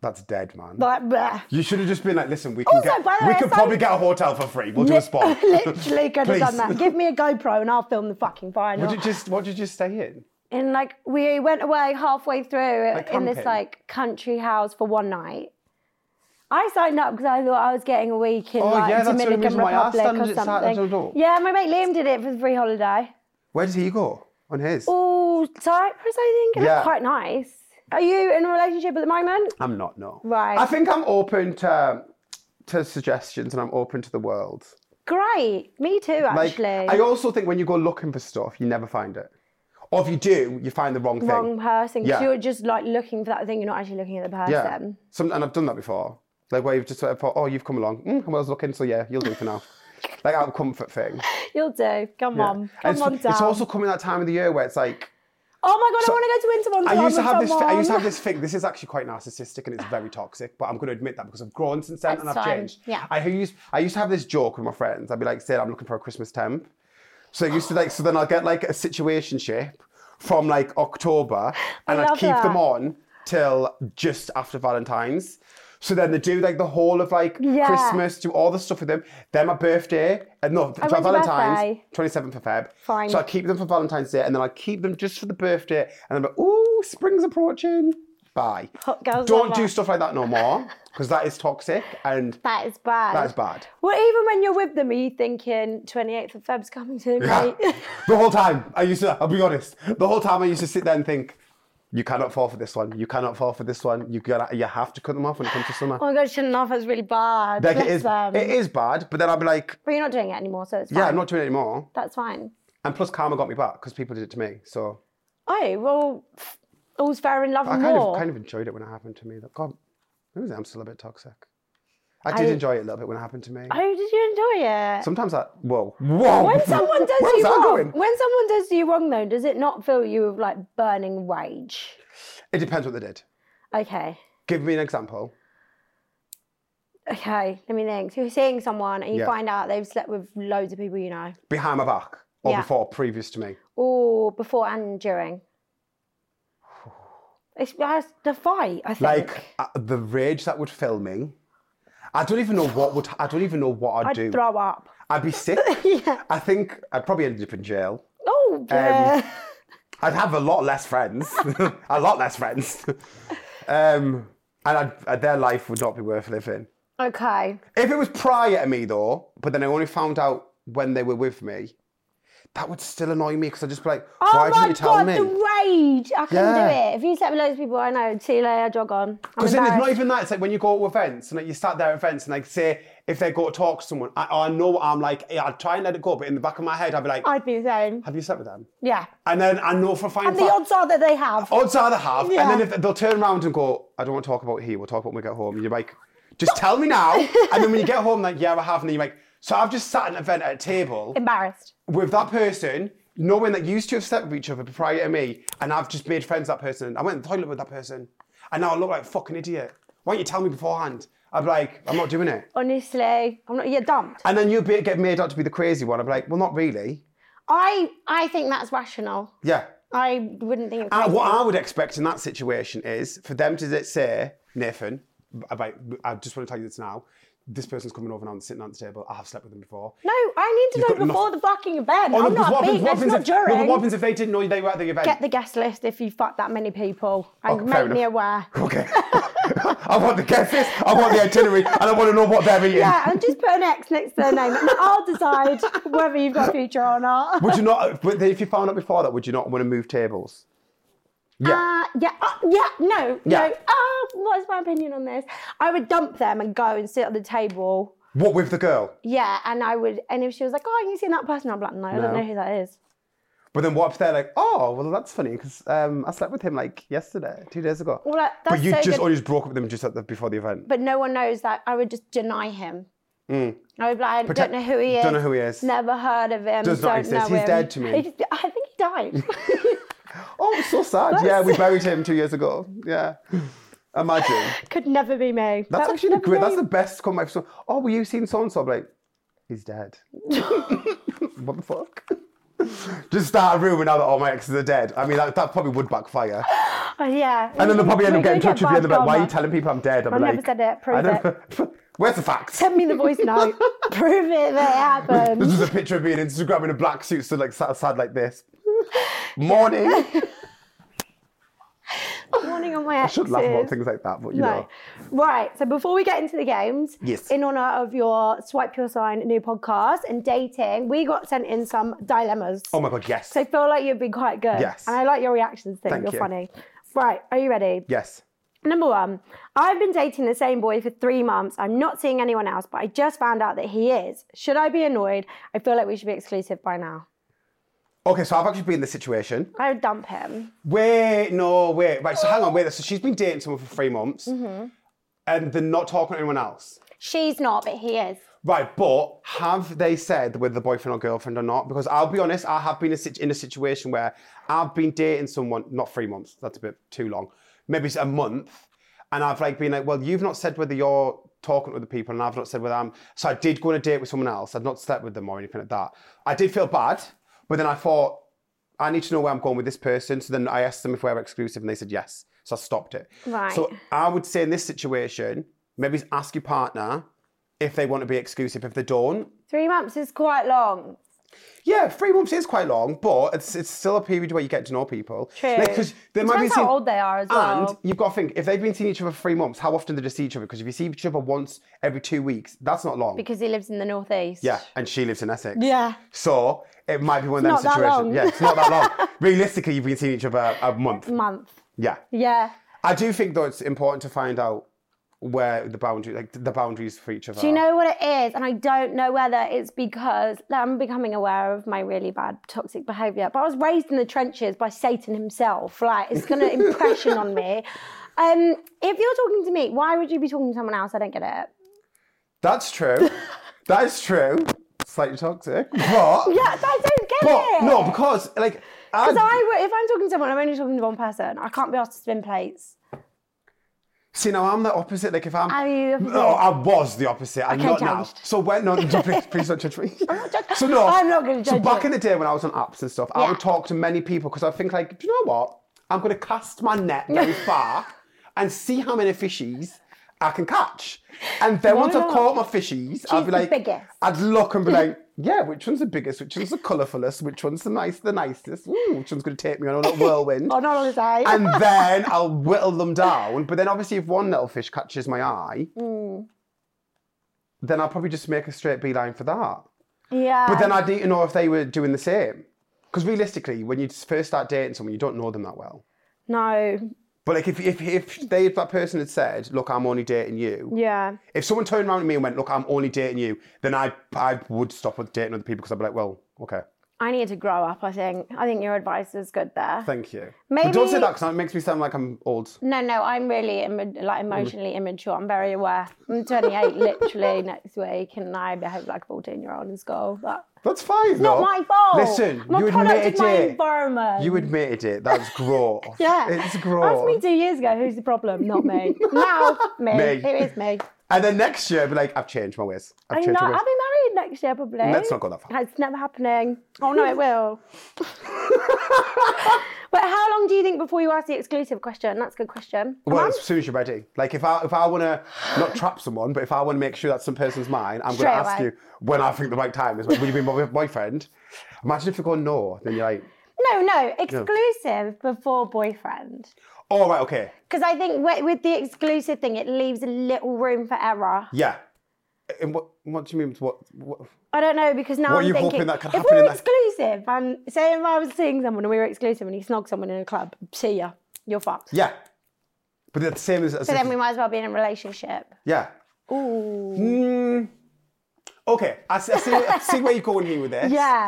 [SPEAKER 2] That's dead, man.
[SPEAKER 1] Like, bleh.
[SPEAKER 2] you should have just been like, listen, we can
[SPEAKER 1] Also,
[SPEAKER 2] get
[SPEAKER 1] by the
[SPEAKER 2] we
[SPEAKER 1] way,
[SPEAKER 2] could
[SPEAKER 1] I
[SPEAKER 2] probably
[SPEAKER 1] signed-
[SPEAKER 2] get a hotel for free. We'll do a spot.
[SPEAKER 1] Literally could have
[SPEAKER 2] Please.
[SPEAKER 1] done that. Give me a GoPro and I'll film the fucking final.
[SPEAKER 2] What did you just what did you stay in?
[SPEAKER 1] and like we went away halfway through
[SPEAKER 2] Like
[SPEAKER 1] in this
[SPEAKER 2] camping?
[SPEAKER 1] like country house for one night. I signed up because I thought I was getting a week in
[SPEAKER 2] Oh,
[SPEAKER 1] like
[SPEAKER 2] yeah, that's the only
[SPEAKER 1] Dominican
[SPEAKER 2] reason why I
[SPEAKER 1] Republic
[SPEAKER 2] signed
[SPEAKER 1] or
[SPEAKER 2] it, it's out, I don't know.
[SPEAKER 1] something. Yeah, my mate Liam did it for the free holiday.
[SPEAKER 2] Where did he go? On his?
[SPEAKER 1] Oh, Cyprus, I think. It
[SPEAKER 2] Yeah.
[SPEAKER 1] looked quite nice. Are you in a relationship at the moment?
[SPEAKER 2] I'm not, no.
[SPEAKER 1] Right.
[SPEAKER 2] I think I'm open to to suggestions and I'm open to the world.
[SPEAKER 1] Great. Me too,
[SPEAKER 2] Like,
[SPEAKER 1] actually.
[SPEAKER 2] I also think when you go looking for stuff, you never find it. Or if you do, you find the wrong,
[SPEAKER 1] Wrong
[SPEAKER 2] thing.
[SPEAKER 1] person. 'cause
[SPEAKER 2] Yeah.
[SPEAKER 1] You're just like looking for that thing. You're not actually looking at the person.
[SPEAKER 2] Yeah. Some, and I've done that before. Like where you've just sort of thought, oh, you've come along. Mm, I was looking, so yeah, you'll do for now. like out of comfort thing.
[SPEAKER 1] You'll do. Come on.
[SPEAKER 2] And
[SPEAKER 1] Come
[SPEAKER 2] it's,
[SPEAKER 1] on down.
[SPEAKER 2] it's also coming that time of the year where it's like,
[SPEAKER 1] oh my God,
[SPEAKER 2] So-
[SPEAKER 1] I want to go to Winter Wonderland
[SPEAKER 2] I used to
[SPEAKER 1] with
[SPEAKER 2] have this. Fi- I used to have
[SPEAKER 1] someone.
[SPEAKER 2] this thing. This is actually quite narcissistic and it's very toxic. But I'm going to admit that because I've grown since then and I've
[SPEAKER 1] That's fine.
[SPEAKER 2] changed.
[SPEAKER 1] Yeah.
[SPEAKER 2] I used I used to have this joke with my friends. I'd be like, "Say I'm looking for a Christmas temp." So I used to like. So then I'd get like a situation ship from like October, and I'd
[SPEAKER 1] love
[SPEAKER 2] keep them
[SPEAKER 1] that.
[SPEAKER 2] on till just after Valentine's. So then they do like the whole of like
[SPEAKER 1] Yeah.
[SPEAKER 2] Christmas, do all the stuff with them. Then my birthday, and no,
[SPEAKER 1] I
[SPEAKER 2] for
[SPEAKER 1] went to
[SPEAKER 2] Valentine's,
[SPEAKER 1] birthday.
[SPEAKER 2] twenty seventh of Feb.
[SPEAKER 1] Fine.
[SPEAKER 2] So I keep them for Valentine's Day, and then I keep them just for the birthday, and then I'm like, ooh, spring's approaching. Bye.
[SPEAKER 1] Hot girls
[SPEAKER 2] Don't
[SPEAKER 1] love
[SPEAKER 2] do
[SPEAKER 1] that.
[SPEAKER 2] stuff like that no more, because that is toxic and
[SPEAKER 1] That is bad.
[SPEAKER 2] that is bad.
[SPEAKER 1] Well, even when you're with them, are you thinking 28th of Feb's coming soon,
[SPEAKER 2] Yeah.
[SPEAKER 1] mate?
[SPEAKER 2] the whole time I used to, I'll be honest, the whole time I used to sit there and think, you cannot fall for this one. You cannot fall for this one. You gotta, you have to cut them off when it comes to summer.
[SPEAKER 1] oh my God, shouldn't laugh. That's really bad.
[SPEAKER 2] like
[SPEAKER 1] Bless
[SPEAKER 2] it is,
[SPEAKER 1] them.
[SPEAKER 2] it is bad. But then I'll be like,
[SPEAKER 1] But you're not doing it anymore, so it's fine.
[SPEAKER 2] yeah, I'm not doing it anymore.
[SPEAKER 1] That's fine.
[SPEAKER 2] And plus, karma got me back because people did it to me. So
[SPEAKER 1] Oh, well, pff, all's fair in love
[SPEAKER 2] I
[SPEAKER 1] and
[SPEAKER 2] kind
[SPEAKER 1] war.
[SPEAKER 2] of kind of enjoyed it when it happened to me. That God, maybe I'm still a bit toxic. I did
[SPEAKER 1] I-
[SPEAKER 2] enjoy it a little bit when it happened to me.
[SPEAKER 1] Oh, did you enjoy it?
[SPEAKER 2] Sometimes that whoa whoa.
[SPEAKER 1] when someone does
[SPEAKER 2] Where's
[SPEAKER 1] you
[SPEAKER 2] that
[SPEAKER 1] wrong,
[SPEAKER 2] going?
[SPEAKER 1] when someone does you wrong though, does it not fill you with like burning rage?
[SPEAKER 2] It depends what they did.
[SPEAKER 1] Okay,
[SPEAKER 2] Give me an example.
[SPEAKER 1] okay. Let me think. So you're seeing someone and you
[SPEAKER 2] Yeah.
[SPEAKER 1] find out they've slept with loads of people you know,
[SPEAKER 2] Behind my back or
[SPEAKER 1] Yeah.
[SPEAKER 2] before, previous to me.
[SPEAKER 1] or before and during. It's that's the fight. I think.
[SPEAKER 2] Like uh, the rage that would fill me. I don't even know what would. I don't even know what I'd,
[SPEAKER 1] I'd
[SPEAKER 2] do. Um,
[SPEAKER 1] throw up.
[SPEAKER 2] I'd be sick.
[SPEAKER 1] Yeah.
[SPEAKER 2] I think I'd probably end up in jail.
[SPEAKER 1] Oh yeah.
[SPEAKER 2] I'd have a lot less friends. a lot less friends. um, and I'd, uh, their life would not be worth living.
[SPEAKER 1] okay.
[SPEAKER 2] If it was prior to me though, but then I only found out when they were with me, that would still annoy me because I'd just be like,
[SPEAKER 1] Oh
[SPEAKER 2] why
[SPEAKER 1] my
[SPEAKER 2] didn't you tell
[SPEAKER 1] god,
[SPEAKER 2] me?
[SPEAKER 1] the rage! I couldn't
[SPEAKER 2] Yeah.
[SPEAKER 1] do it. If you slept with loads of people, I know. See you later. Jog on. I'm
[SPEAKER 2] Because then it's not
[SPEAKER 1] embarrassed.
[SPEAKER 2] even that. It's like when you go to events and like you start there at events and like say if they go to talk to someone, I, I know I'm like yeah, I'd try and let it go, but in the back of my head I'd be like,
[SPEAKER 1] I'd be the same.
[SPEAKER 2] Have you slept with them?
[SPEAKER 1] Yeah.
[SPEAKER 2] And then I Oh. know for a fine
[SPEAKER 1] And the
[SPEAKER 2] fact-
[SPEAKER 1] odds are that they have.
[SPEAKER 2] odds are they have.
[SPEAKER 1] Yeah.
[SPEAKER 2] And then if they'll turn around and go, I don't want to talk about it here. We'll talk about it when we get home. And you're like, just tell me now. and then when you get home, like yeah, I have. And then you're like, so I've just sat at an event at a table
[SPEAKER 1] Embarrassed.
[SPEAKER 2] with that person, knowing that you used to have slept with each other prior to me, and I've just made friends with that person. I went to the toilet with that person, and now I look like a fucking idiot. Why don't you tell me beforehand? I'd be like, I'm not doing it.
[SPEAKER 1] Honestly, I'm not. You're dumped.
[SPEAKER 2] And then you'd be, get made out to be the crazy one. I'd be like, well, not really.
[SPEAKER 1] I I think that's rational.
[SPEAKER 2] Yeah.
[SPEAKER 1] I wouldn't think. It's
[SPEAKER 2] I,
[SPEAKER 1] crazy.
[SPEAKER 2] what I would expect in that situation is for them to say, Nathan, about, I just want to tell you this now. This person's coming over now and sitting on the table. I have slept with them before.
[SPEAKER 1] No, I need to
[SPEAKER 2] You've got
[SPEAKER 1] know before
[SPEAKER 2] nothing-
[SPEAKER 1] the fucking event.
[SPEAKER 2] Oh, no,
[SPEAKER 1] I'm not
[SPEAKER 2] because what
[SPEAKER 1] a
[SPEAKER 2] happens-
[SPEAKER 1] beat.
[SPEAKER 2] what
[SPEAKER 1] That's
[SPEAKER 2] happens
[SPEAKER 1] not
[SPEAKER 2] if- no, but
[SPEAKER 1] during.
[SPEAKER 2] what happens if they didn't know they were at the event?
[SPEAKER 1] Get the guest list if you fuck that many people and
[SPEAKER 2] Oh, fair
[SPEAKER 1] make me
[SPEAKER 2] enough.
[SPEAKER 1] aware.
[SPEAKER 2] Okay. I want the guest list, I want the itinerary, and I want to know what they're eating.
[SPEAKER 1] Yeah, and just put an X next to their name, and I'll decide whether you've got a future or not.
[SPEAKER 2] Would you not, but if you found out before that, would you not want to move tables? Yeah.
[SPEAKER 1] Uh, yeah, uh, yeah, no,
[SPEAKER 2] Yeah.
[SPEAKER 1] no. Uh, what is my opinion on this? I would dump them and go and sit at the table.
[SPEAKER 2] what with the girl?
[SPEAKER 1] Yeah, and I would. And if she was like, "Oh, have you seen that person?" I'm like, "No, I don't
[SPEAKER 2] No.
[SPEAKER 1] know who that is."
[SPEAKER 2] But then what if they're like, oh, well, that's funny because um, I slept with him like yesterday, two days ago.
[SPEAKER 1] Well, that-
[SPEAKER 2] but
[SPEAKER 1] that's
[SPEAKER 2] you
[SPEAKER 1] so
[SPEAKER 2] just
[SPEAKER 1] good-
[SPEAKER 2] always broke up with him just at the, before the event.
[SPEAKER 1] But no one knows that. I would just deny him. I would be like, "I
[SPEAKER 2] Pretend-
[SPEAKER 1] don't know who he is.
[SPEAKER 2] Mm. don't know who he is.
[SPEAKER 1] Never heard of him.
[SPEAKER 2] Does not
[SPEAKER 1] don't
[SPEAKER 2] exist.
[SPEAKER 1] Know
[SPEAKER 2] He's
[SPEAKER 1] him.
[SPEAKER 2] dead to me.
[SPEAKER 1] He just- I think he died.
[SPEAKER 2] oh, it's so sad. Yeah, we buried him two years ago. Yeah. Imagine.
[SPEAKER 1] Could never be me.
[SPEAKER 2] That's
[SPEAKER 1] That
[SPEAKER 2] actually the
[SPEAKER 1] would
[SPEAKER 2] great.
[SPEAKER 1] never
[SPEAKER 2] That's
[SPEAKER 1] be-
[SPEAKER 2] the best comeback. So, oh, were you seen so and so? I'm like, he's dead. what the fuck? Just start a rumor now that all my exes are dead. I mean, that, that probably would backfire.
[SPEAKER 1] Oh, yeah.
[SPEAKER 2] And then they'll probably end
[SPEAKER 1] We're
[SPEAKER 2] up getting
[SPEAKER 1] gonna
[SPEAKER 2] in
[SPEAKER 1] get
[SPEAKER 2] touch with you and they'll be like,
[SPEAKER 1] bad
[SPEAKER 2] why are you
[SPEAKER 1] karma.
[SPEAKER 2] telling people I'm dead? I'm
[SPEAKER 1] I
[SPEAKER 2] like,
[SPEAKER 1] never said it. Prove
[SPEAKER 2] I never- Where's the facts?
[SPEAKER 1] Send me the voice note. Prove it that it happened.
[SPEAKER 2] This is a picture of me in Instagram in a black suit, so like sat aside like this. Morning.
[SPEAKER 1] Warning on my
[SPEAKER 2] I should laugh about
[SPEAKER 1] exes.
[SPEAKER 2] things like that, but you
[SPEAKER 1] No.
[SPEAKER 2] know.
[SPEAKER 1] Right. So before we get into the games,
[SPEAKER 2] Yes.
[SPEAKER 1] in honor of your Swipe Your Sign new podcast and dating, we got sent in some dilemmas.
[SPEAKER 2] Oh my god, yes.
[SPEAKER 1] So I feel like you've been quite good.
[SPEAKER 2] Yes.
[SPEAKER 1] And I like your reactions thing.
[SPEAKER 2] Thank
[SPEAKER 1] You're
[SPEAKER 2] you.
[SPEAKER 1] funny. Right. Are you ready?
[SPEAKER 2] yes.
[SPEAKER 1] Number one, I've been dating the same boy for three months. I'm not seeing anyone else, but I just found out that he is. Should I be annoyed? I feel like we should be exclusive by now.
[SPEAKER 2] Okay, so I've actually been in this situation.
[SPEAKER 1] I would dump him.
[SPEAKER 2] Wait, no, wait. Right, so hang on, wait. So she's been dating someone for three months and they're not talking to anyone else.
[SPEAKER 1] She's not, but he is.
[SPEAKER 2] Right, but have they said whether the boyfriend or girlfriend or not? Because I'll be honest, I have been a sit- in a situation where I've been dating someone, not three months, that's a bit too long, maybe it's a month, and I've like been like, well, you've not said whether you're talking to other people, and I've not said whether I'm. So I did go on a date with someone else, I'd not slept with them or anything like that. I did feel bad, but then I thought, I need to know where I'm going with this person. So then I asked them if we're exclusive, and they said yes. So I stopped it.
[SPEAKER 1] Right.
[SPEAKER 2] So I would say in this situation, maybe ask your partner if they want to be exclusive. If they don't,
[SPEAKER 1] Three months is quite long.
[SPEAKER 2] yeah, three months is quite long, but it's, it's still a period where you get to know people.
[SPEAKER 1] True.
[SPEAKER 2] Because they might be
[SPEAKER 1] Depends how
[SPEAKER 2] seeing-
[SPEAKER 1] old they are as
[SPEAKER 2] And
[SPEAKER 1] well.
[SPEAKER 2] you've got to think if they've been seeing each other for three months, how often do they see each other? Because if you see each other once every two weeks, that's not long.
[SPEAKER 1] Because he lives in the northeast.
[SPEAKER 2] yeah, and she lives in Essex.
[SPEAKER 1] Yeah.
[SPEAKER 2] So it might be one of
[SPEAKER 1] It's
[SPEAKER 2] them
[SPEAKER 1] not that
[SPEAKER 2] situations.
[SPEAKER 1] long.
[SPEAKER 2] Yeah, it's not that long. Realistically, you've been seeing each other a month.
[SPEAKER 1] Month.
[SPEAKER 2] Yeah.
[SPEAKER 1] Yeah.
[SPEAKER 2] I do think though it's important to find out where the boundary, like the boundaries for each other.
[SPEAKER 1] Do you know what it is? And I don't know whether it's because like, I'm becoming aware of my really bad toxic behaviour. But I was raised in the trenches by Satan himself. Like it's gonna impression on me. Um, if you're talking to me, why would you be talking to someone else? I don't get it.
[SPEAKER 2] That's true. that is true. Slightly toxic, but
[SPEAKER 1] Yeah, I don't get
[SPEAKER 2] but
[SPEAKER 1] it.
[SPEAKER 2] no, because like I,
[SPEAKER 1] Because I, would- if I'm talking to someone, I'm only talking to one person. I can't be asked to spin plates.
[SPEAKER 2] see now I'm the opposite. Like if I'm,
[SPEAKER 1] Are you the opposite?
[SPEAKER 2] no, I was the opposite. I'm
[SPEAKER 1] Okay,
[SPEAKER 2] not now.
[SPEAKER 1] judged.
[SPEAKER 2] So when no, please, please don't judge me. I'm not
[SPEAKER 1] judging.
[SPEAKER 2] So no,
[SPEAKER 1] I'm not gonna
[SPEAKER 2] So
[SPEAKER 1] judge
[SPEAKER 2] back
[SPEAKER 1] you.
[SPEAKER 2] in the day when I was on apps and stuff, I
[SPEAKER 1] Yeah.
[SPEAKER 2] would talk to many people because I think like, do you know what? I'm gonna cast my net very far and see how many fishies I can catch. And then once I've
[SPEAKER 1] not?
[SPEAKER 2] caught my fishies, I'd
[SPEAKER 1] Choose
[SPEAKER 2] be
[SPEAKER 1] the
[SPEAKER 2] like,
[SPEAKER 1] biggest.
[SPEAKER 2] I'd look and be like, yeah, which one's the biggest? Which one's the colourfulest? Which one's the nice, the nicest? Ooh, which one's gonna take me on a little whirlwind?
[SPEAKER 1] On holiday.
[SPEAKER 2] and then I'll whittle them down. But then obviously, if one little fish catches my eye,
[SPEAKER 1] Mm.
[SPEAKER 2] then I'll probably just make a straight beeline for that.
[SPEAKER 1] Yeah.
[SPEAKER 2] But then I'd need to know if they were doing the same. Because realistically, when you first start dating someone, you don't know them that well.
[SPEAKER 1] no.
[SPEAKER 2] But like if if if they if that person had said, "Look, I'm only dating you,"
[SPEAKER 1] Yeah.
[SPEAKER 2] if someone turned around to me and went, "Look, I'm only dating you," then I I would stop with dating other people because I'd be like, "Well, okay,
[SPEAKER 1] I need to grow up, I think. I think your advice is good there.
[SPEAKER 2] thank you."
[SPEAKER 1] Maybe-
[SPEAKER 2] But don't say that because it makes me sound like I'm old.
[SPEAKER 1] no, no, I'm really Im- like emotionally immature. I'm very aware. I'm 28 literally next week and I behave like a 14 year old in school. But
[SPEAKER 2] That's fine. It's
[SPEAKER 1] not my fault.
[SPEAKER 2] Listen,
[SPEAKER 1] I'm a
[SPEAKER 2] you
[SPEAKER 1] product
[SPEAKER 2] admitted
[SPEAKER 1] of my
[SPEAKER 2] it.
[SPEAKER 1] environment.
[SPEAKER 2] You admitted it. That's growth.
[SPEAKER 1] Um, yeah.
[SPEAKER 2] It's growth.
[SPEAKER 1] Ask me two years ago, who's the problem? Not me. now, me.
[SPEAKER 2] Me.
[SPEAKER 1] It is me.
[SPEAKER 2] And then next year, I'd be like, I've changed my ways. I've
[SPEAKER 1] I'm
[SPEAKER 2] changed
[SPEAKER 1] not,
[SPEAKER 2] my
[SPEAKER 1] I'll
[SPEAKER 2] ways.
[SPEAKER 1] be married next year probably.
[SPEAKER 2] Let's not go that far.
[SPEAKER 1] It's never happening. Oh no, it will. But how long do you think before you ask the exclusive question? That's a good question. A
[SPEAKER 2] Well,
[SPEAKER 1] month?
[SPEAKER 2] as soon as you're ready. Like if I if I want to not trap someone, but if I want to make sure that some person's mine, I'm going
[SPEAKER 1] Straight
[SPEAKER 2] to ask
[SPEAKER 1] away.
[SPEAKER 2] you when I think the right time is. Like, will you be my boyfriend? Imagine if you go no, then you're like,
[SPEAKER 1] no, no, exclusive before boyfriend.
[SPEAKER 2] oh right, okay,
[SPEAKER 1] Because I think with, with the exclusive thing, it leaves a little room for error.
[SPEAKER 2] yeah. Uh, And what what do you mean? What, what
[SPEAKER 1] I don't know because now
[SPEAKER 2] What
[SPEAKER 1] I'm
[SPEAKER 2] are you hoping
[SPEAKER 1] thinking
[SPEAKER 2] that could
[SPEAKER 1] if
[SPEAKER 2] happen
[SPEAKER 1] we're
[SPEAKER 2] in that-
[SPEAKER 1] exclusive and say if I was seeing someone and we were exclusive and he snogged someone in a club, see ya, you're fucked.
[SPEAKER 2] yeah, but it's the same as. as
[SPEAKER 1] So
[SPEAKER 2] if-
[SPEAKER 1] then we might as well be in a relationship.
[SPEAKER 2] yeah.
[SPEAKER 1] Ooh.
[SPEAKER 2] Mm, okay, I see, I see, I see where you're going here with this.
[SPEAKER 1] Yeah.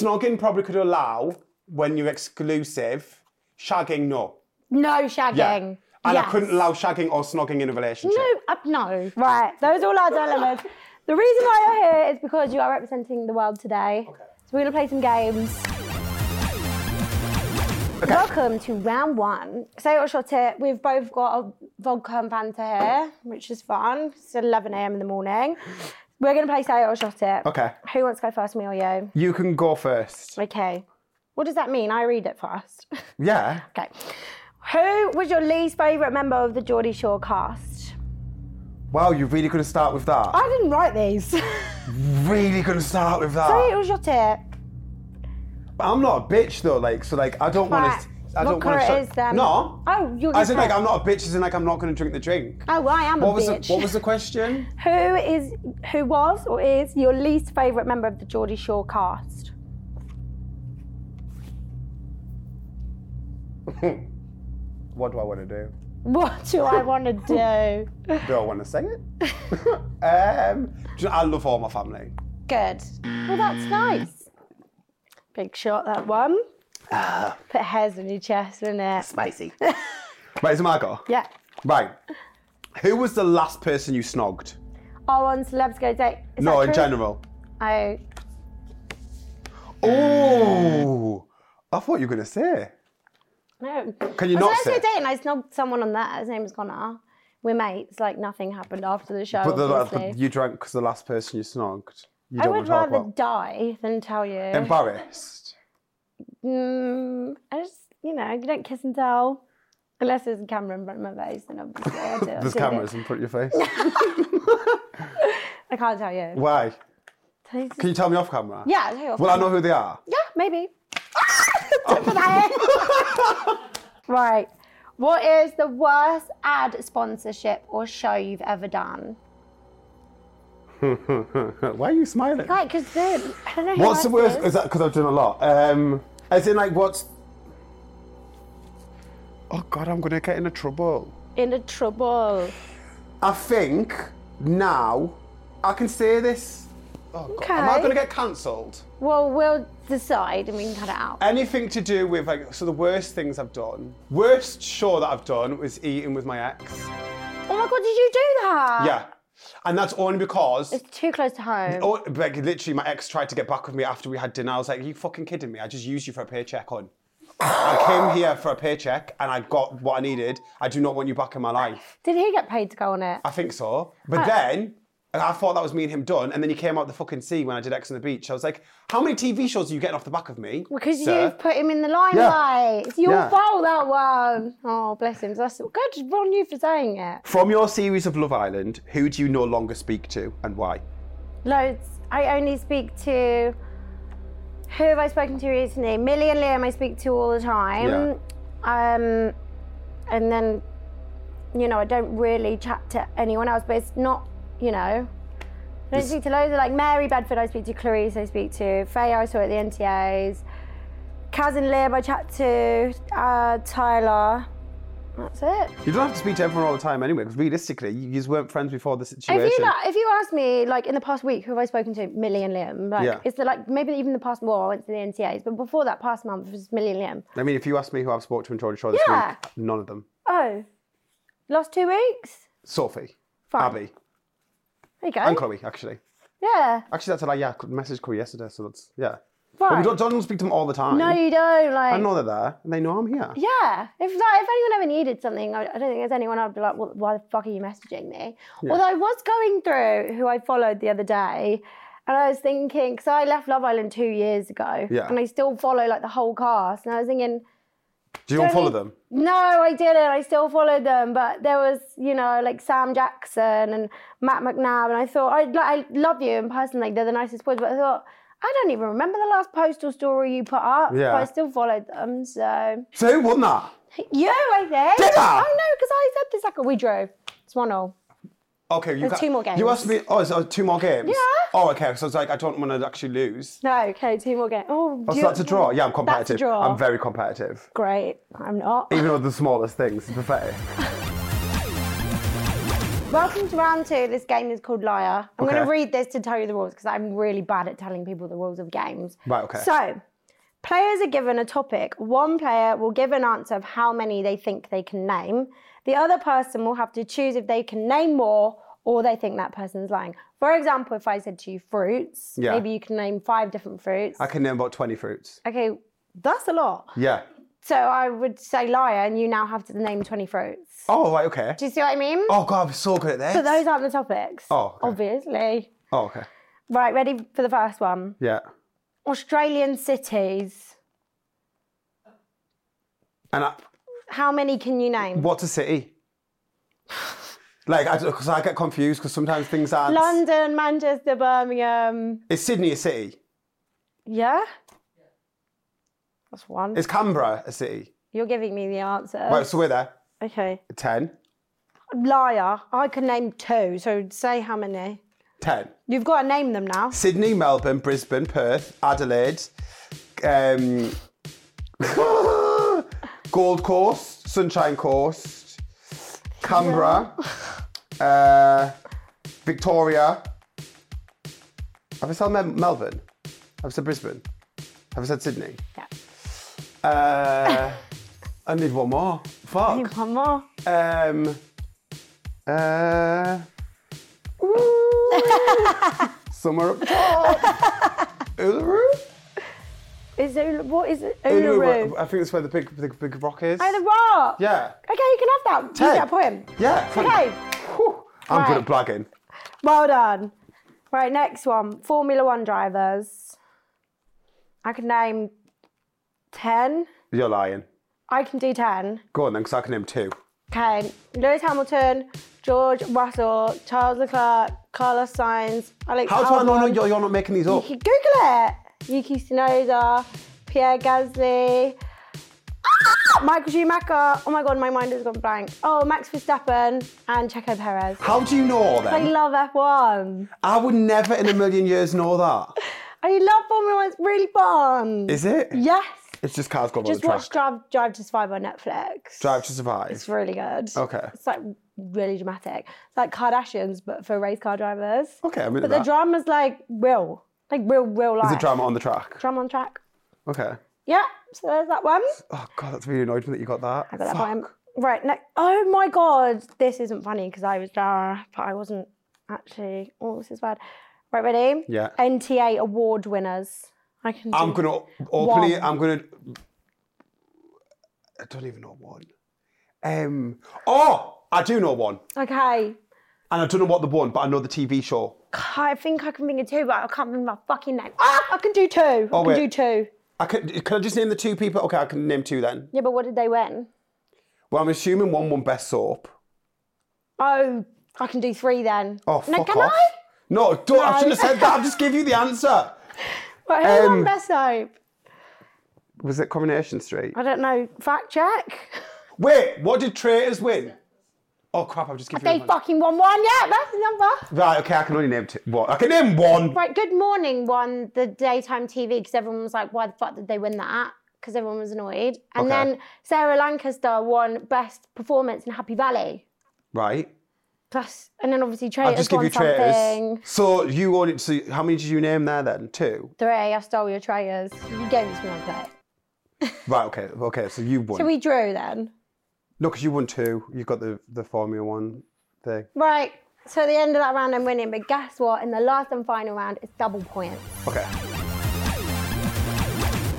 [SPEAKER 2] Snogging probably could allow when you're exclusive. Shagging, no.
[SPEAKER 1] No shagging.
[SPEAKER 2] Yeah. And I
[SPEAKER 1] Yes.
[SPEAKER 2] couldn't allow shagging or snogging in a relationship.
[SPEAKER 1] No, uh, no. Right, those are all our dilemmas. The reason why you're here is because you are representing the world today. So we're going to play some games. Welcome to round one. Say what's your tip. We've both got a vodka and Fanta here, which is fun. It's 11 a.m. in the morning. We're going to play Say It or Shot It.
[SPEAKER 2] Okay.
[SPEAKER 1] Who wants to go first, me or you?
[SPEAKER 2] You can go first.
[SPEAKER 1] Okay. What does that mean? I read it first.
[SPEAKER 2] Yeah.
[SPEAKER 1] okay. Who was your least favourite member of the Geordie Shore cast?
[SPEAKER 2] Wow, you're really going to start with that.
[SPEAKER 1] I didn't write these.
[SPEAKER 2] really going to start with that.
[SPEAKER 1] Say it was your tip.
[SPEAKER 2] But I'm not a bitch though. Like, so like, I don't want
[SPEAKER 1] Right.
[SPEAKER 2] to. I don't
[SPEAKER 1] What colour
[SPEAKER 2] want to.
[SPEAKER 1] it is then?
[SPEAKER 2] No.
[SPEAKER 1] Oh, you're
[SPEAKER 2] I said
[SPEAKER 1] gonna-
[SPEAKER 2] like I'm not a bitch. As in like I'm not going to drink the drink.
[SPEAKER 1] Oh, I am
[SPEAKER 2] what
[SPEAKER 1] a
[SPEAKER 2] was
[SPEAKER 1] bitch.
[SPEAKER 2] The, what was the question?
[SPEAKER 1] Who is who was or is your least favourite member of the Geordie Shore cast?
[SPEAKER 2] What do I want to do?
[SPEAKER 1] What do I want to do?
[SPEAKER 2] Do I want to sing it? um, do you know, I love all my family.
[SPEAKER 1] Good. Well, that's nice. Big shot that one.
[SPEAKER 2] Ah.
[SPEAKER 1] Put hairs on your chest, innit?
[SPEAKER 2] Spicy. right, is it my go?
[SPEAKER 1] Yeah.
[SPEAKER 2] Right. Who was the last person you snogged?
[SPEAKER 1] Oh, on celebs go date. Is
[SPEAKER 2] no,
[SPEAKER 1] that
[SPEAKER 2] in
[SPEAKER 1] true?
[SPEAKER 2] general.
[SPEAKER 1] Oh,
[SPEAKER 2] Oh, I thought you were going to say.
[SPEAKER 1] no.
[SPEAKER 2] Can you
[SPEAKER 1] I was
[SPEAKER 2] not
[SPEAKER 1] on
[SPEAKER 2] say?
[SPEAKER 1] Celebs Go Dating. I snogged someone on that. His name was Connor. We're mates. Like nothing happened after the show.
[SPEAKER 2] But, the,
[SPEAKER 1] obviously.
[SPEAKER 2] but you drank because the last person you snogged. You
[SPEAKER 1] I
[SPEAKER 2] don't
[SPEAKER 1] would
[SPEAKER 2] want to talk
[SPEAKER 1] rather
[SPEAKER 2] about.
[SPEAKER 1] die than tell you.
[SPEAKER 2] Embarrassed.
[SPEAKER 1] Mm, I just, you know, you don't kiss and tell. Unless there's a camera in front of my face, then obviously I do. I
[SPEAKER 2] There's
[SPEAKER 1] do
[SPEAKER 2] cameras
[SPEAKER 1] it.
[SPEAKER 2] in front of your face.
[SPEAKER 1] I can't tell you.
[SPEAKER 2] Why?
[SPEAKER 1] Tell you-
[SPEAKER 2] Can you tell me off camera?
[SPEAKER 1] Yeah, I'll tell you. off
[SPEAKER 2] Well, I know
[SPEAKER 1] camera.
[SPEAKER 2] who they are.
[SPEAKER 1] Yeah, maybe. Ah! Don't put that in. right. What is the worst ad sponsorship or show you've ever done?
[SPEAKER 2] Why are you smiling?
[SPEAKER 1] Like, because I don't know. who
[SPEAKER 2] What's the
[SPEAKER 1] else
[SPEAKER 2] worst?
[SPEAKER 1] is.
[SPEAKER 2] Is that because I've done a lot? Um, as in, like, what's? Oh God, I'm gonna get into trouble.
[SPEAKER 1] In the trouble.
[SPEAKER 2] I think now I can say this. Oh God, am I
[SPEAKER 1] Okay.
[SPEAKER 2] gonna get cancelled?
[SPEAKER 1] Well, we'll decide and we can cut it out.
[SPEAKER 2] Anything to do with like so the worst things I've done. Worst show that I've done was eating with my ex.
[SPEAKER 1] oh my god, did you do that?
[SPEAKER 2] yeah, and that's only because
[SPEAKER 1] It's too close to home.
[SPEAKER 2] Oh, like literally, my ex tried to get back with me after we had dinner. I was like, "Are you fucking kidding me? I just used you for a paycheck on. I came here for a paycheck and I got what I needed. I do not want you back in my life.
[SPEAKER 1] Did he get paid to go on it?
[SPEAKER 2] I think so. But
[SPEAKER 1] Uh,
[SPEAKER 2] then I thought that was me and him done, and then he came out the fucking sea when I did X on the Beach. I was like, "How many TV shows are you getting off the back of me?"
[SPEAKER 1] Because
[SPEAKER 2] sir?"
[SPEAKER 1] you've put him in the limelight. It's your
[SPEAKER 2] Yeah.
[SPEAKER 1] fault, that one. Oh, bless him. That's good on you for saying it.
[SPEAKER 2] From your series of Love Island, who do you no longer speak to and why?
[SPEAKER 1] Loads. I only speak to. Who have I spoken to recently? Millie and Liam, I speak to all the time. Um, and then, you know, I don't really chat to anyone else, but it's not, you know. I don't speak to loads of like Mary Bedford, I speak to Clarice, I speak to Faye, I saw at the NTAs. Kaz and Lib, I chat to uh, Tyler. That's it.
[SPEAKER 2] You don't have to speak to everyone all the time anyway, because realistically, you you just weren't friends before the situation.
[SPEAKER 1] If you like, if you ask me, like in the past week, who have I spoken to? Millie and Liam. Like,
[SPEAKER 2] Yeah.
[SPEAKER 1] It's the, like maybe even the past. Well, I went to the NTAs, but before that, past month it was Millie and Liam.
[SPEAKER 2] I mean, if you ask me who I've spoken to and Jordan Shaw this
[SPEAKER 1] Yeah.
[SPEAKER 2] week, none of them.
[SPEAKER 1] Oh, last two weeks.
[SPEAKER 2] Sophie,
[SPEAKER 1] Fine.
[SPEAKER 2] Abby,
[SPEAKER 1] There you go.
[SPEAKER 2] and Chloe, actually.
[SPEAKER 1] Yeah.
[SPEAKER 2] Actually, that's a lie. Yeah, I messaged Chloe yesterday, so that's, yeah. But
[SPEAKER 1] Right.
[SPEAKER 2] we don't, don't speak to them all the time.
[SPEAKER 1] no, you don't. Like.
[SPEAKER 2] I know they're there, and they know I'm here.
[SPEAKER 1] Yeah. If like, if anyone ever needed something, I, I don't think there's anyone I'd be like, well, why the fuck are you messaging me? Although I was going through who I followed the other day. And I was thinking, because I left Love Island two years ago,
[SPEAKER 2] Yeah.
[SPEAKER 1] and I still follow like the whole cast. And I was thinking,
[SPEAKER 2] Do you unfollow
[SPEAKER 1] follow
[SPEAKER 2] them?
[SPEAKER 1] No, I didn't. I still followed them, but there was, you know, like Sam Jackson and Matt McNabb, and I thought I like, I love you in person, like they're the nicest boys, but I thought I don't even remember the last postal story you put up,
[SPEAKER 2] Yeah.
[SPEAKER 1] but I still followed them. So
[SPEAKER 2] So who won that?
[SPEAKER 1] you, I think.
[SPEAKER 2] Did I?
[SPEAKER 1] Oh no, because I said this like we drew. It's one all.
[SPEAKER 2] Okay, you
[SPEAKER 1] There's
[SPEAKER 2] got
[SPEAKER 1] two more
[SPEAKER 2] You
[SPEAKER 1] games.
[SPEAKER 2] asked me. Oh, so two more games.
[SPEAKER 1] Yeah.
[SPEAKER 2] Oh, okay. So it's like I don't want to actually lose.
[SPEAKER 1] No, okay, two more games. Oh, do
[SPEAKER 2] Oh, so
[SPEAKER 1] you-
[SPEAKER 2] that's a draw. Yeah, I'm competitive.
[SPEAKER 1] That's a draw.
[SPEAKER 2] I'm very competitive,
[SPEAKER 1] great. I'm not.
[SPEAKER 2] even with the smallest things. It's pathetic.
[SPEAKER 1] Welcome to round two. This game is called Liar. I'm going
[SPEAKER 2] Okay.
[SPEAKER 1] to read this to tell you the rules because I'm really bad at telling people the rules of games.
[SPEAKER 2] Right, okay.
[SPEAKER 1] So, players are given a topic. One player will give an answer of how many they think they can name. The other person will have to choose if they can name more or they think that person's lying. For example, if I said to you fruits,
[SPEAKER 2] Yeah.
[SPEAKER 1] maybe you can name five different fruits.
[SPEAKER 2] I can name about 20 fruits.
[SPEAKER 1] Okay, that's a lot.
[SPEAKER 2] Yeah.
[SPEAKER 1] So, I would say liar, and you now have to name 20 fruits.
[SPEAKER 2] Oh, right. Okay.
[SPEAKER 1] Do you see what I mean?
[SPEAKER 2] Oh God, I'm so good at this.
[SPEAKER 1] But those aren't the topics.
[SPEAKER 2] Oh, okay.
[SPEAKER 1] obviously.
[SPEAKER 2] Oh, okay.
[SPEAKER 1] Right, ready for the first one.
[SPEAKER 2] Yeah.
[SPEAKER 1] Australian cities.
[SPEAKER 2] And I,
[SPEAKER 1] How many can you name?
[SPEAKER 2] what's a city? Like, I because I get confused because sometimes things aren't.
[SPEAKER 1] London, Manchester, Birmingham.
[SPEAKER 2] Is Sydney a city?
[SPEAKER 1] Yeah? That's one.
[SPEAKER 2] Is Canberra a city?
[SPEAKER 1] You're giving me the answer.
[SPEAKER 2] right. So we're there.
[SPEAKER 1] Okay.
[SPEAKER 2] Ten.
[SPEAKER 1] Liar. I can name two, so say how many.
[SPEAKER 2] Ten.
[SPEAKER 1] You've got to name them now.
[SPEAKER 2] Sydney, Melbourne, Brisbane, Perth, Adelaide, um, Gold Coast, Sunshine Coast, Canberra, uh, Victoria. Have I said Mel- Melbourne? Have I said Brisbane? Have I said Sydney?
[SPEAKER 1] Yeah.
[SPEAKER 2] Uh, I need one more. Fuck.
[SPEAKER 1] Need one more.
[SPEAKER 2] Um. Uh. somewhere up top. Uluru.
[SPEAKER 1] Is it, what is it? Uluru.
[SPEAKER 2] I think that's where the big, big, big rock is.
[SPEAKER 1] Oh, the rock.
[SPEAKER 2] yeah.
[SPEAKER 1] Okay, you can have that.
[SPEAKER 2] Ten.
[SPEAKER 1] You get a point.
[SPEAKER 2] Yeah. fine.
[SPEAKER 1] Okay.
[SPEAKER 2] Whew. I'm good at
[SPEAKER 1] Right.
[SPEAKER 2] blagging.
[SPEAKER 1] Well done. Right, next one. Formula One drivers. I can name 10.
[SPEAKER 2] You're lying.
[SPEAKER 1] I can do 10.
[SPEAKER 2] Go on then, because I can name two.
[SPEAKER 1] Okay. Lewis Hamilton, George Russell, Charles Leclerc, Carlos Sainz, Alex
[SPEAKER 2] How do I know
[SPEAKER 1] Albon.
[SPEAKER 2] no- you're, you're not making these
[SPEAKER 1] You
[SPEAKER 2] up?
[SPEAKER 1] can Google it. Yuki Tsunoda, Pierre Gasly, ah, Michael Schumacher. Oh my God, my mind has gone blank. Oh, Max Verstappen and Checo Perez.
[SPEAKER 2] How do you know all
[SPEAKER 1] I
[SPEAKER 2] that?
[SPEAKER 1] love F1.
[SPEAKER 2] I would never in a million years know that.
[SPEAKER 1] I love Formula One. It's really fun.
[SPEAKER 2] Is it?
[SPEAKER 1] Yes.
[SPEAKER 2] It's just cars going on
[SPEAKER 1] Just
[SPEAKER 2] the track.
[SPEAKER 1] watch Drive, Drive to Survive on Netflix.
[SPEAKER 2] Drive to survive.
[SPEAKER 1] It's really good.
[SPEAKER 2] Okay.
[SPEAKER 1] It's like really dramatic. It's like Kardashians, but for race car drivers.
[SPEAKER 2] Okay, I'm into
[SPEAKER 1] But the
[SPEAKER 2] that.
[SPEAKER 1] drama's like real, like real, real life.
[SPEAKER 2] There's a drama on the track.
[SPEAKER 1] Drama on track.
[SPEAKER 2] Okay.
[SPEAKER 1] Yeah. So there's that one.
[SPEAKER 2] Oh god, that's really annoyed me that you got that.
[SPEAKER 1] I got that
[SPEAKER 2] Fuck.
[SPEAKER 1] one. Right. Next. Oh my god, this isn't funny because I was there, but I wasn't actually. Oh, this is bad. Right, ready?
[SPEAKER 2] Yeah.
[SPEAKER 1] NTA award winners. I can.
[SPEAKER 2] I'm
[SPEAKER 1] do-
[SPEAKER 2] gonna openly.
[SPEAKER 1] One.
[SPEAKER 2] I'm gonna. I don't even know one. Um. Oh, I do know one,
[SPEAKER 1] Okay.
[SPEAKER 2] and I don't know what the one, but I know the TV show.
[SPEAKER 1] I think I can think of two, but I can't remember my fucking name. Ah, I can do two.
[SPEAKER 2] Oh,
[SPEAKER 1] I can
[SPEAKER 2] wait.
[SPEAKER 1] do two.
[SPEAKER 2] I can. Can I just name the two people? Okay, I can name two then.
[SPEAKER 1] Yeah, but what did they win?
[SPEAKER 2] Well, I'm assuming one won best soap.
[SPEAKER 1] Oh, I can do three then.
[SPEAKER 2] Oh,
[SPEAKER 1] no,
[SPEAKER 2] fuck
[SPEAKER 1] can
[SPEAKER 2] off.
[SPEAKER 1] I?
[SPEAKER 2] No, don't. I
[SPEAKER 1] No.
[SPEAKER 2] shouldn't have said that. I've just give you the answer.
[SPEAKER 1] Right, who
[SPEAKER 2] Um,
[SPEAKER 1] won best soap?
[SPEAKER 2] Was it Coronation Street?
[SPEAKER 1] I don't know. Fact check.
[SPEAKER 2] Wait, what did Traitors win? Oh crap! I've just given
[SPEAKER 1] They
[SPEAKER 2] you. the answer.
[SPEAKER 1] fucking won one. Yeah, that's the number.
[SPEAKER 2] Right. Okay, I can only name two. What? I can name one.
[SPEAKER 1] Right, Good Morning won the daytime TV because everyone was like, why the fuck did they win that? Because everyone was annoyed. And
[SPEAKER 2] Okay.
[SPEAKER 1] then Sarah Lancaster won best performance in Happy Valley.
[SPEAKER 2] Right.
[SPEAKER 1] Plus, and then obviously
[SPEAKER 2] I'll
[SPEAKER 1] Traitors
[SPEAKER 2] just give
[SPEAKER 1] won
[SPEAKER 2] you traitors.
[SPEAKER 1] something.
[SPEAKER 2] So you wanted so how many did you name there then? Two.
[SPEAKER 1] Three, I stole your Traitors. You gave this one play.
[SPEAKER 2] Right. Okay. Okay. So you won.
[SPEAKER 1] So we drew then.
[SPEAKER 2] No, because you won two. You got the the Formula One thing.
[SPEAKER 1] Right. So at the end of that round, I'm winning. But guess what? In the last and final round, it's double points.
[SPEAKER 2] Okay.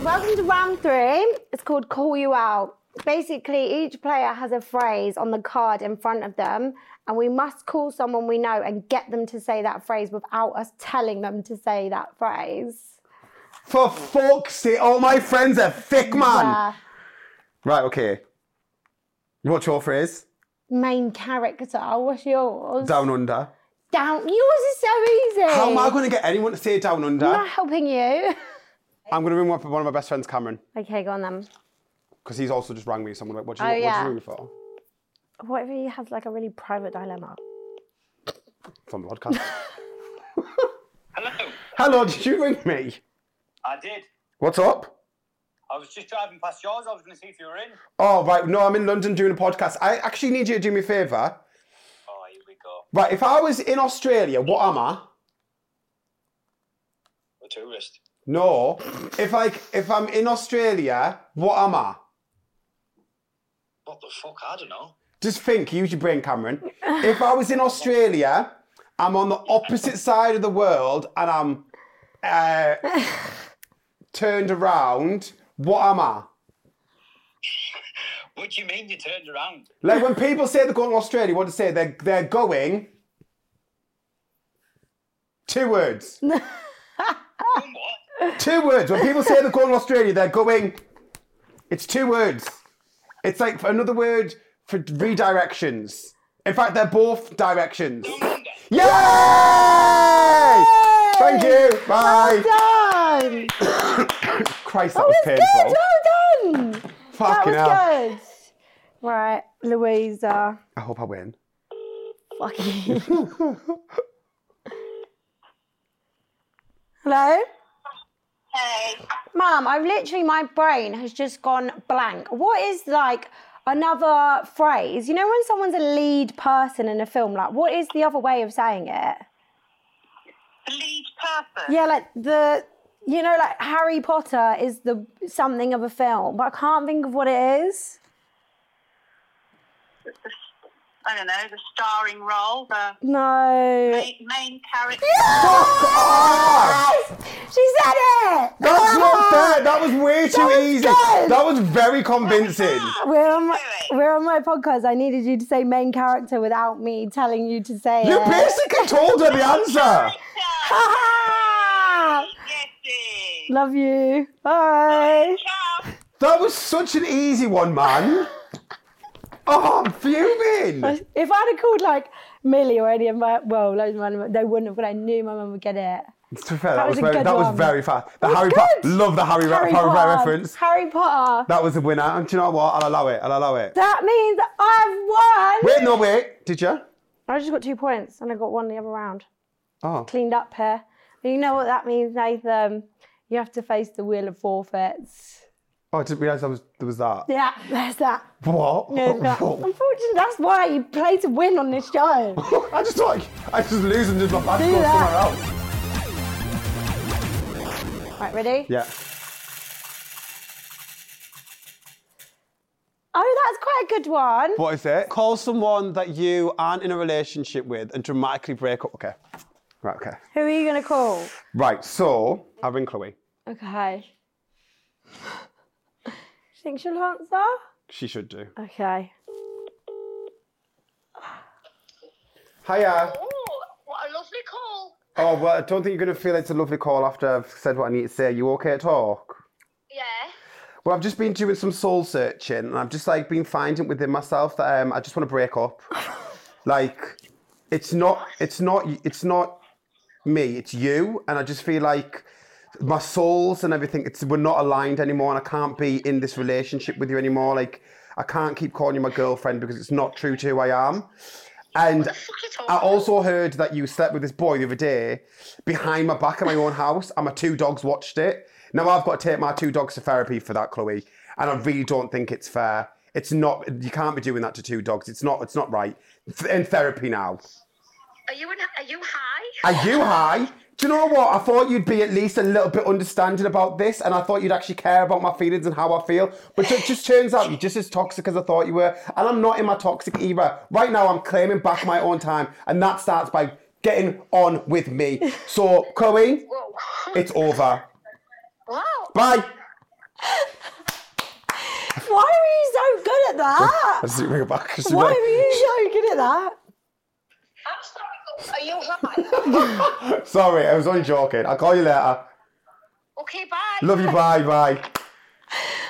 [SPEAKER 1] Welcome to round three. It's called Call You Out. Basically, each player has a phrase on the card in front of them, and we must call someone we know and get them to say that phrase without us telling them to say that phrase.
[SPEAKER 2] For fuck's sake! All my friends are thick, man.
[SPEAKER 1] Uh,
[SPEAKER 2] Right, okay. What's your phrase?
[SPEAKER 1] Main character. What's yours?
[SPEAKER 2] Down under.
[SPEAKER 1] Down. Yours is so easy.
[SPEAKER 2] How am I going to get anyone to say down under?
[SPEAKER 1] I'm not helping you.
[SPEAKER 2] I'm going to ring up one of my best friends, Cameron,
[SPEAKER 1] okay, go on then.
[SPEAKER 2] because he's also just rang me. So I'm like, what do you,
[SPEAKER 1] Oh,
[SPEAKER 2] what do
[SPEAKER 1] yeah.
[SPEAKER 2] you ring for?
[SPEAKER 1] What if you have like a really private dilemma?
[SPEAKER 2] From the podcast.
[SPEAKER 4] Hello.
[SPEAKER 2] Hello, did you ring me?
[SPEAKER 4] I did.
[SPEAKER 2] What's up?
[SPEAKER 4] I was just driving past yours. I was going to see if you were in.
[SPEAKER 2] Oh, right. No, I'm in London doing a podcast. I actually need you to do me a favour.
[SPEAKER 4] Oh, here we go.
[SPEAKER 2] Right, if I was in Australia, what am I?
[SPEAKER 4] A tourist.
[SPEAKER 2] No. If like if I'm in Australia, what am I?
[SPEAKER 4] What the fuck? I don't know.
[SPEAKER 2] Just think, use your brain, Cameron. If I was in Australia, I'm on the opposite side of the world and I'm uh, turned around, what am I?
[SPEAKER 4] What do you mean you turned around?
[SPEAKER 2] Like when people say they're going to Australia, what do they say? They're, they're going. Two words.
[SPEAKER 4] Done what?
[SPEAKER 2] Two words. When people say they're going to Australia, they're going. It's two words. It's like another word for redirections. In fact, they're both directions. Yay! Thank you. Bye.
[SPEAKER 1] Well done.
[SPEAKER 2] Christ, that
[SPEAKER 1] That
[SPEAKER 2] was
[SPEAKER 1] was good.
[SPEAKER 2] painful.
[SPEAKER 1] Well done. that
[SPEAKER 2] Fucking
[SPEAKER 1] was
[SPEAKER 2] hell.
[SPEAKER 1] good. Right, Louisa.
[SPEAKER 2] I hope I win.
[SPEAKER 1] Fuck you. Hello?
[SPEAKER 6] Hey,
[SPEAKER 1] Mum, I've literally, my brain has just gone blank. What is like another phrase? You know, when someone's a lead person in a film, like, what is the other way of saying it?
[SPEAKER 6] the lead person.
[SPEAKER 1] Yeah, like the, you know, like Harry Potter is the something of a film, but I can't think of what it is.
[SPEAKER 6] The- I don't know, the starring role, the
[SPEAKER 1] No.
[SPEAKER 6] main, main character.
[SPEAKER 1] Yes! She said it!
[SPEAKER 2] That's not fair. That was way too
[SPEAKER 1] Ah! was
[SPEAKER 2] easy.
[SPEAKER 1] good.
[SPEAKER 2] That was very convincing.
[SPEAKER 1] We're on, my,
[SPEAKER 6] Really?
[SPEAKER 1] we're on my podcast. I needed you to say main character without me telling you to say
[SPEAKER 2] You
[SPEAKER 1] it.
[SPEAKER 2] basically told her the answer.
[SPEAKER 6] Yeah.
[SPEAKER 1] Ah!
[SPEAKER 6] yes, it is.
[SPEAKER 1] Love you. Bye.
[SPEAKER 6] Ciao.
[SPEAKER 2] That was such an easy one, man. Oh, I'm fuming.
[SPEAKER 1] If I'd have called like Millie or any of my, well, loads of my, they wouldn't have, but I knew my mum would get it.
[SPEAKER 2] To be fair, that,
[SPEAKER 1] was
[SPEAKER 2] was
[SPEAKER 1] a
[SPEAKER 2] very,
[SPEAKER 1] good
[SPEAKER 2] that
[SPEAKER 1] one.
[SPEAKER 2] was very fast.
[SPEAKER 1] That
[SPEAKER 2] The
[SPEAKER 1] was
[SPEAKER 2] Harry Potter,
[SPEAKER 1] good.
[SPEAKER 2] love the Harry, Ra- Harry Potter reference.
[SPEAKER 1] Harry Potter. That,
[SPEAKER 2] That was the winner. And do you know what? I'll allow it. I'll allow it.
[SPEAKER 1] means I've won.
[SPEAKER 2] Wait, no, wait. Did you?
[SPEAKER 1] I just got two points and I got one the other round.
[SPEAKER 2] Oh,
[SPEAKER 1] Cleaned up here. But you know what that means, Nathan? You have to face the wheel of forfeits.
[SPEAKER 2] oh I didn't realise I was, there was that.
[SPEAKER 1] Yeah, there's that.
[SPEAKER 2] What?
[SPEAKER 1] There's that.
[SPEAKER 2] Oh,
[SPEAKER 1] Unfortunately, that's why you play to win on this show.
[SPEAKER 2] I just like, I just lose and just my back
[SPEAKER 1] Do
[SPEAKER 2] goes somewhere
[SPEAKER 1] that.
[SPEAKER 2] else.
[SPEAKER 1] right, ready?
[SPEAKER 2] Yeah.
[SPEAKER 1] Oh, that's quite a good one.
[SPEAKER 2] What is it? Call someone that you aren't in a relationship with and dramatically break up. Okay. Right, okay.
[SPEAKER 1] Who are you going to call?
[SPEAKER 2] Right, so I ring Chloe.
[SPEAKER 1] Okay. you think she'll answer?
[SPEAKER 2] She should do.
[SPEAKER 1] Okay.
[SPEAKER 2] Hiya.
[SPEAKER 6] Oh, what a lovely call.
[SPEAKER 2] Oh, well, I don't think you're going to feel it's a lovely call after I've said what I need to say. Are you okay to talk?
[SPEAKER 6] Yeah.
[SPEAKER 2] Well, I've just been doing some soul searching and I've just like been finding within myself that um, I just want to break up. like, it's not, it's not, it's not me, it's you. And I just feel like my souls and everything, it's, we're not aligned anymore and I can't be in this relationship with you anymore. Like, I can't keep calling you my girlfriend because it's not true to who I am. And I also heard that you slept with this boy the other day behind my back in my own house, and my two dogs watched it. Now I've got to take my two dogs to therapy for that, Chloe, and I really don't think it's fair. It's not. You can't be doing that to two dogs. It's not. It's not right. Th- In therapy now.
[SPEAKER 6] Are you in, are you high?
[SPEAKER 2] Are you high? Do you know what? I thought you'd be at least a little bit understanding about this, and I thought you'd actually care about my feelings and how I feel. But it just turns out you're just as toxic as I thought you were, and I'm not in my toxic era. Right now, I'm claiming back my own time, and that starts by getting on with me. So, Chloe, it's over.
[SPEAKER 6] Wow.
[SPEAKER 2] Bye.
[SPEAKER 1] Why are you so good at that?
[SPEAKER 2] I just ring it back.
[SPEAKER 1] Why are you so good at that?
[SPEAKER 6] Are you high?
[SPEAKER 2] Sorry, I was only joking. I'll call you later.
[SPEAKER 6] okay, bye.
[SPEAKER 2] Love you. Bye. Bye.
[SPEAKER 1] I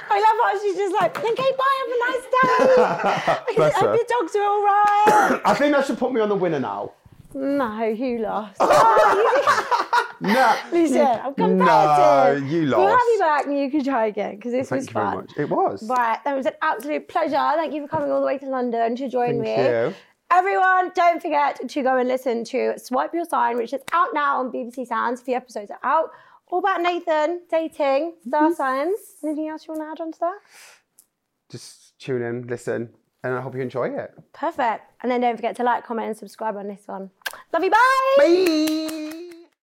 [SPEAKER 1] I love how she's just like, okay, bye, have a nice day. I
[SPEAKER 2] Bless her.
[SPEAKER 1] hope the dogs are all right.
[SPEAKER 2] I think that should put me on the winner now.
[SPEAKER 1] no, you lost. Oh,
[SPEAKER 2] Nah.
[SPEAKER 1] you did. I'm competitive.
[SPEAKER 2] Nah, you
[SPEAKER 1] We'll have
[SPEAKER 2] lost.
[SPEAKER 1] you back and you can try again because this
[SPEAKER 2] Thank
[SPEAKER 1] was
[SPEAKER 2] you
[SPEAKER 1] fun.
[SPEAKER 2] very much. It was.
[SPEAKER 1] Right, that was an absolute pleasure. Thank you for coming all the way to London to join
[SPEAKER 2] Thank
[SPEAKER 1] me.
[SPEAKER 2] you.
[SPEAKER 1] Everyone, don't forget to go and listen to Swipe Your Sign, which is out now on BBC Sounds. A few episodes are out. All about Nathan, dating,
[SPEAKER 2] Mm-hmm.
[SPEAKER 1] star signs. Anything else you want to add on to that?
[SPEAKER 2] Just tune in, listen, and I hope you enjoy it.
[SPEAKER 1] Perfect. And then don't forget to like, comment, and subscribe on this one. Love you. Bye.
[SPEAKER 2] Bye.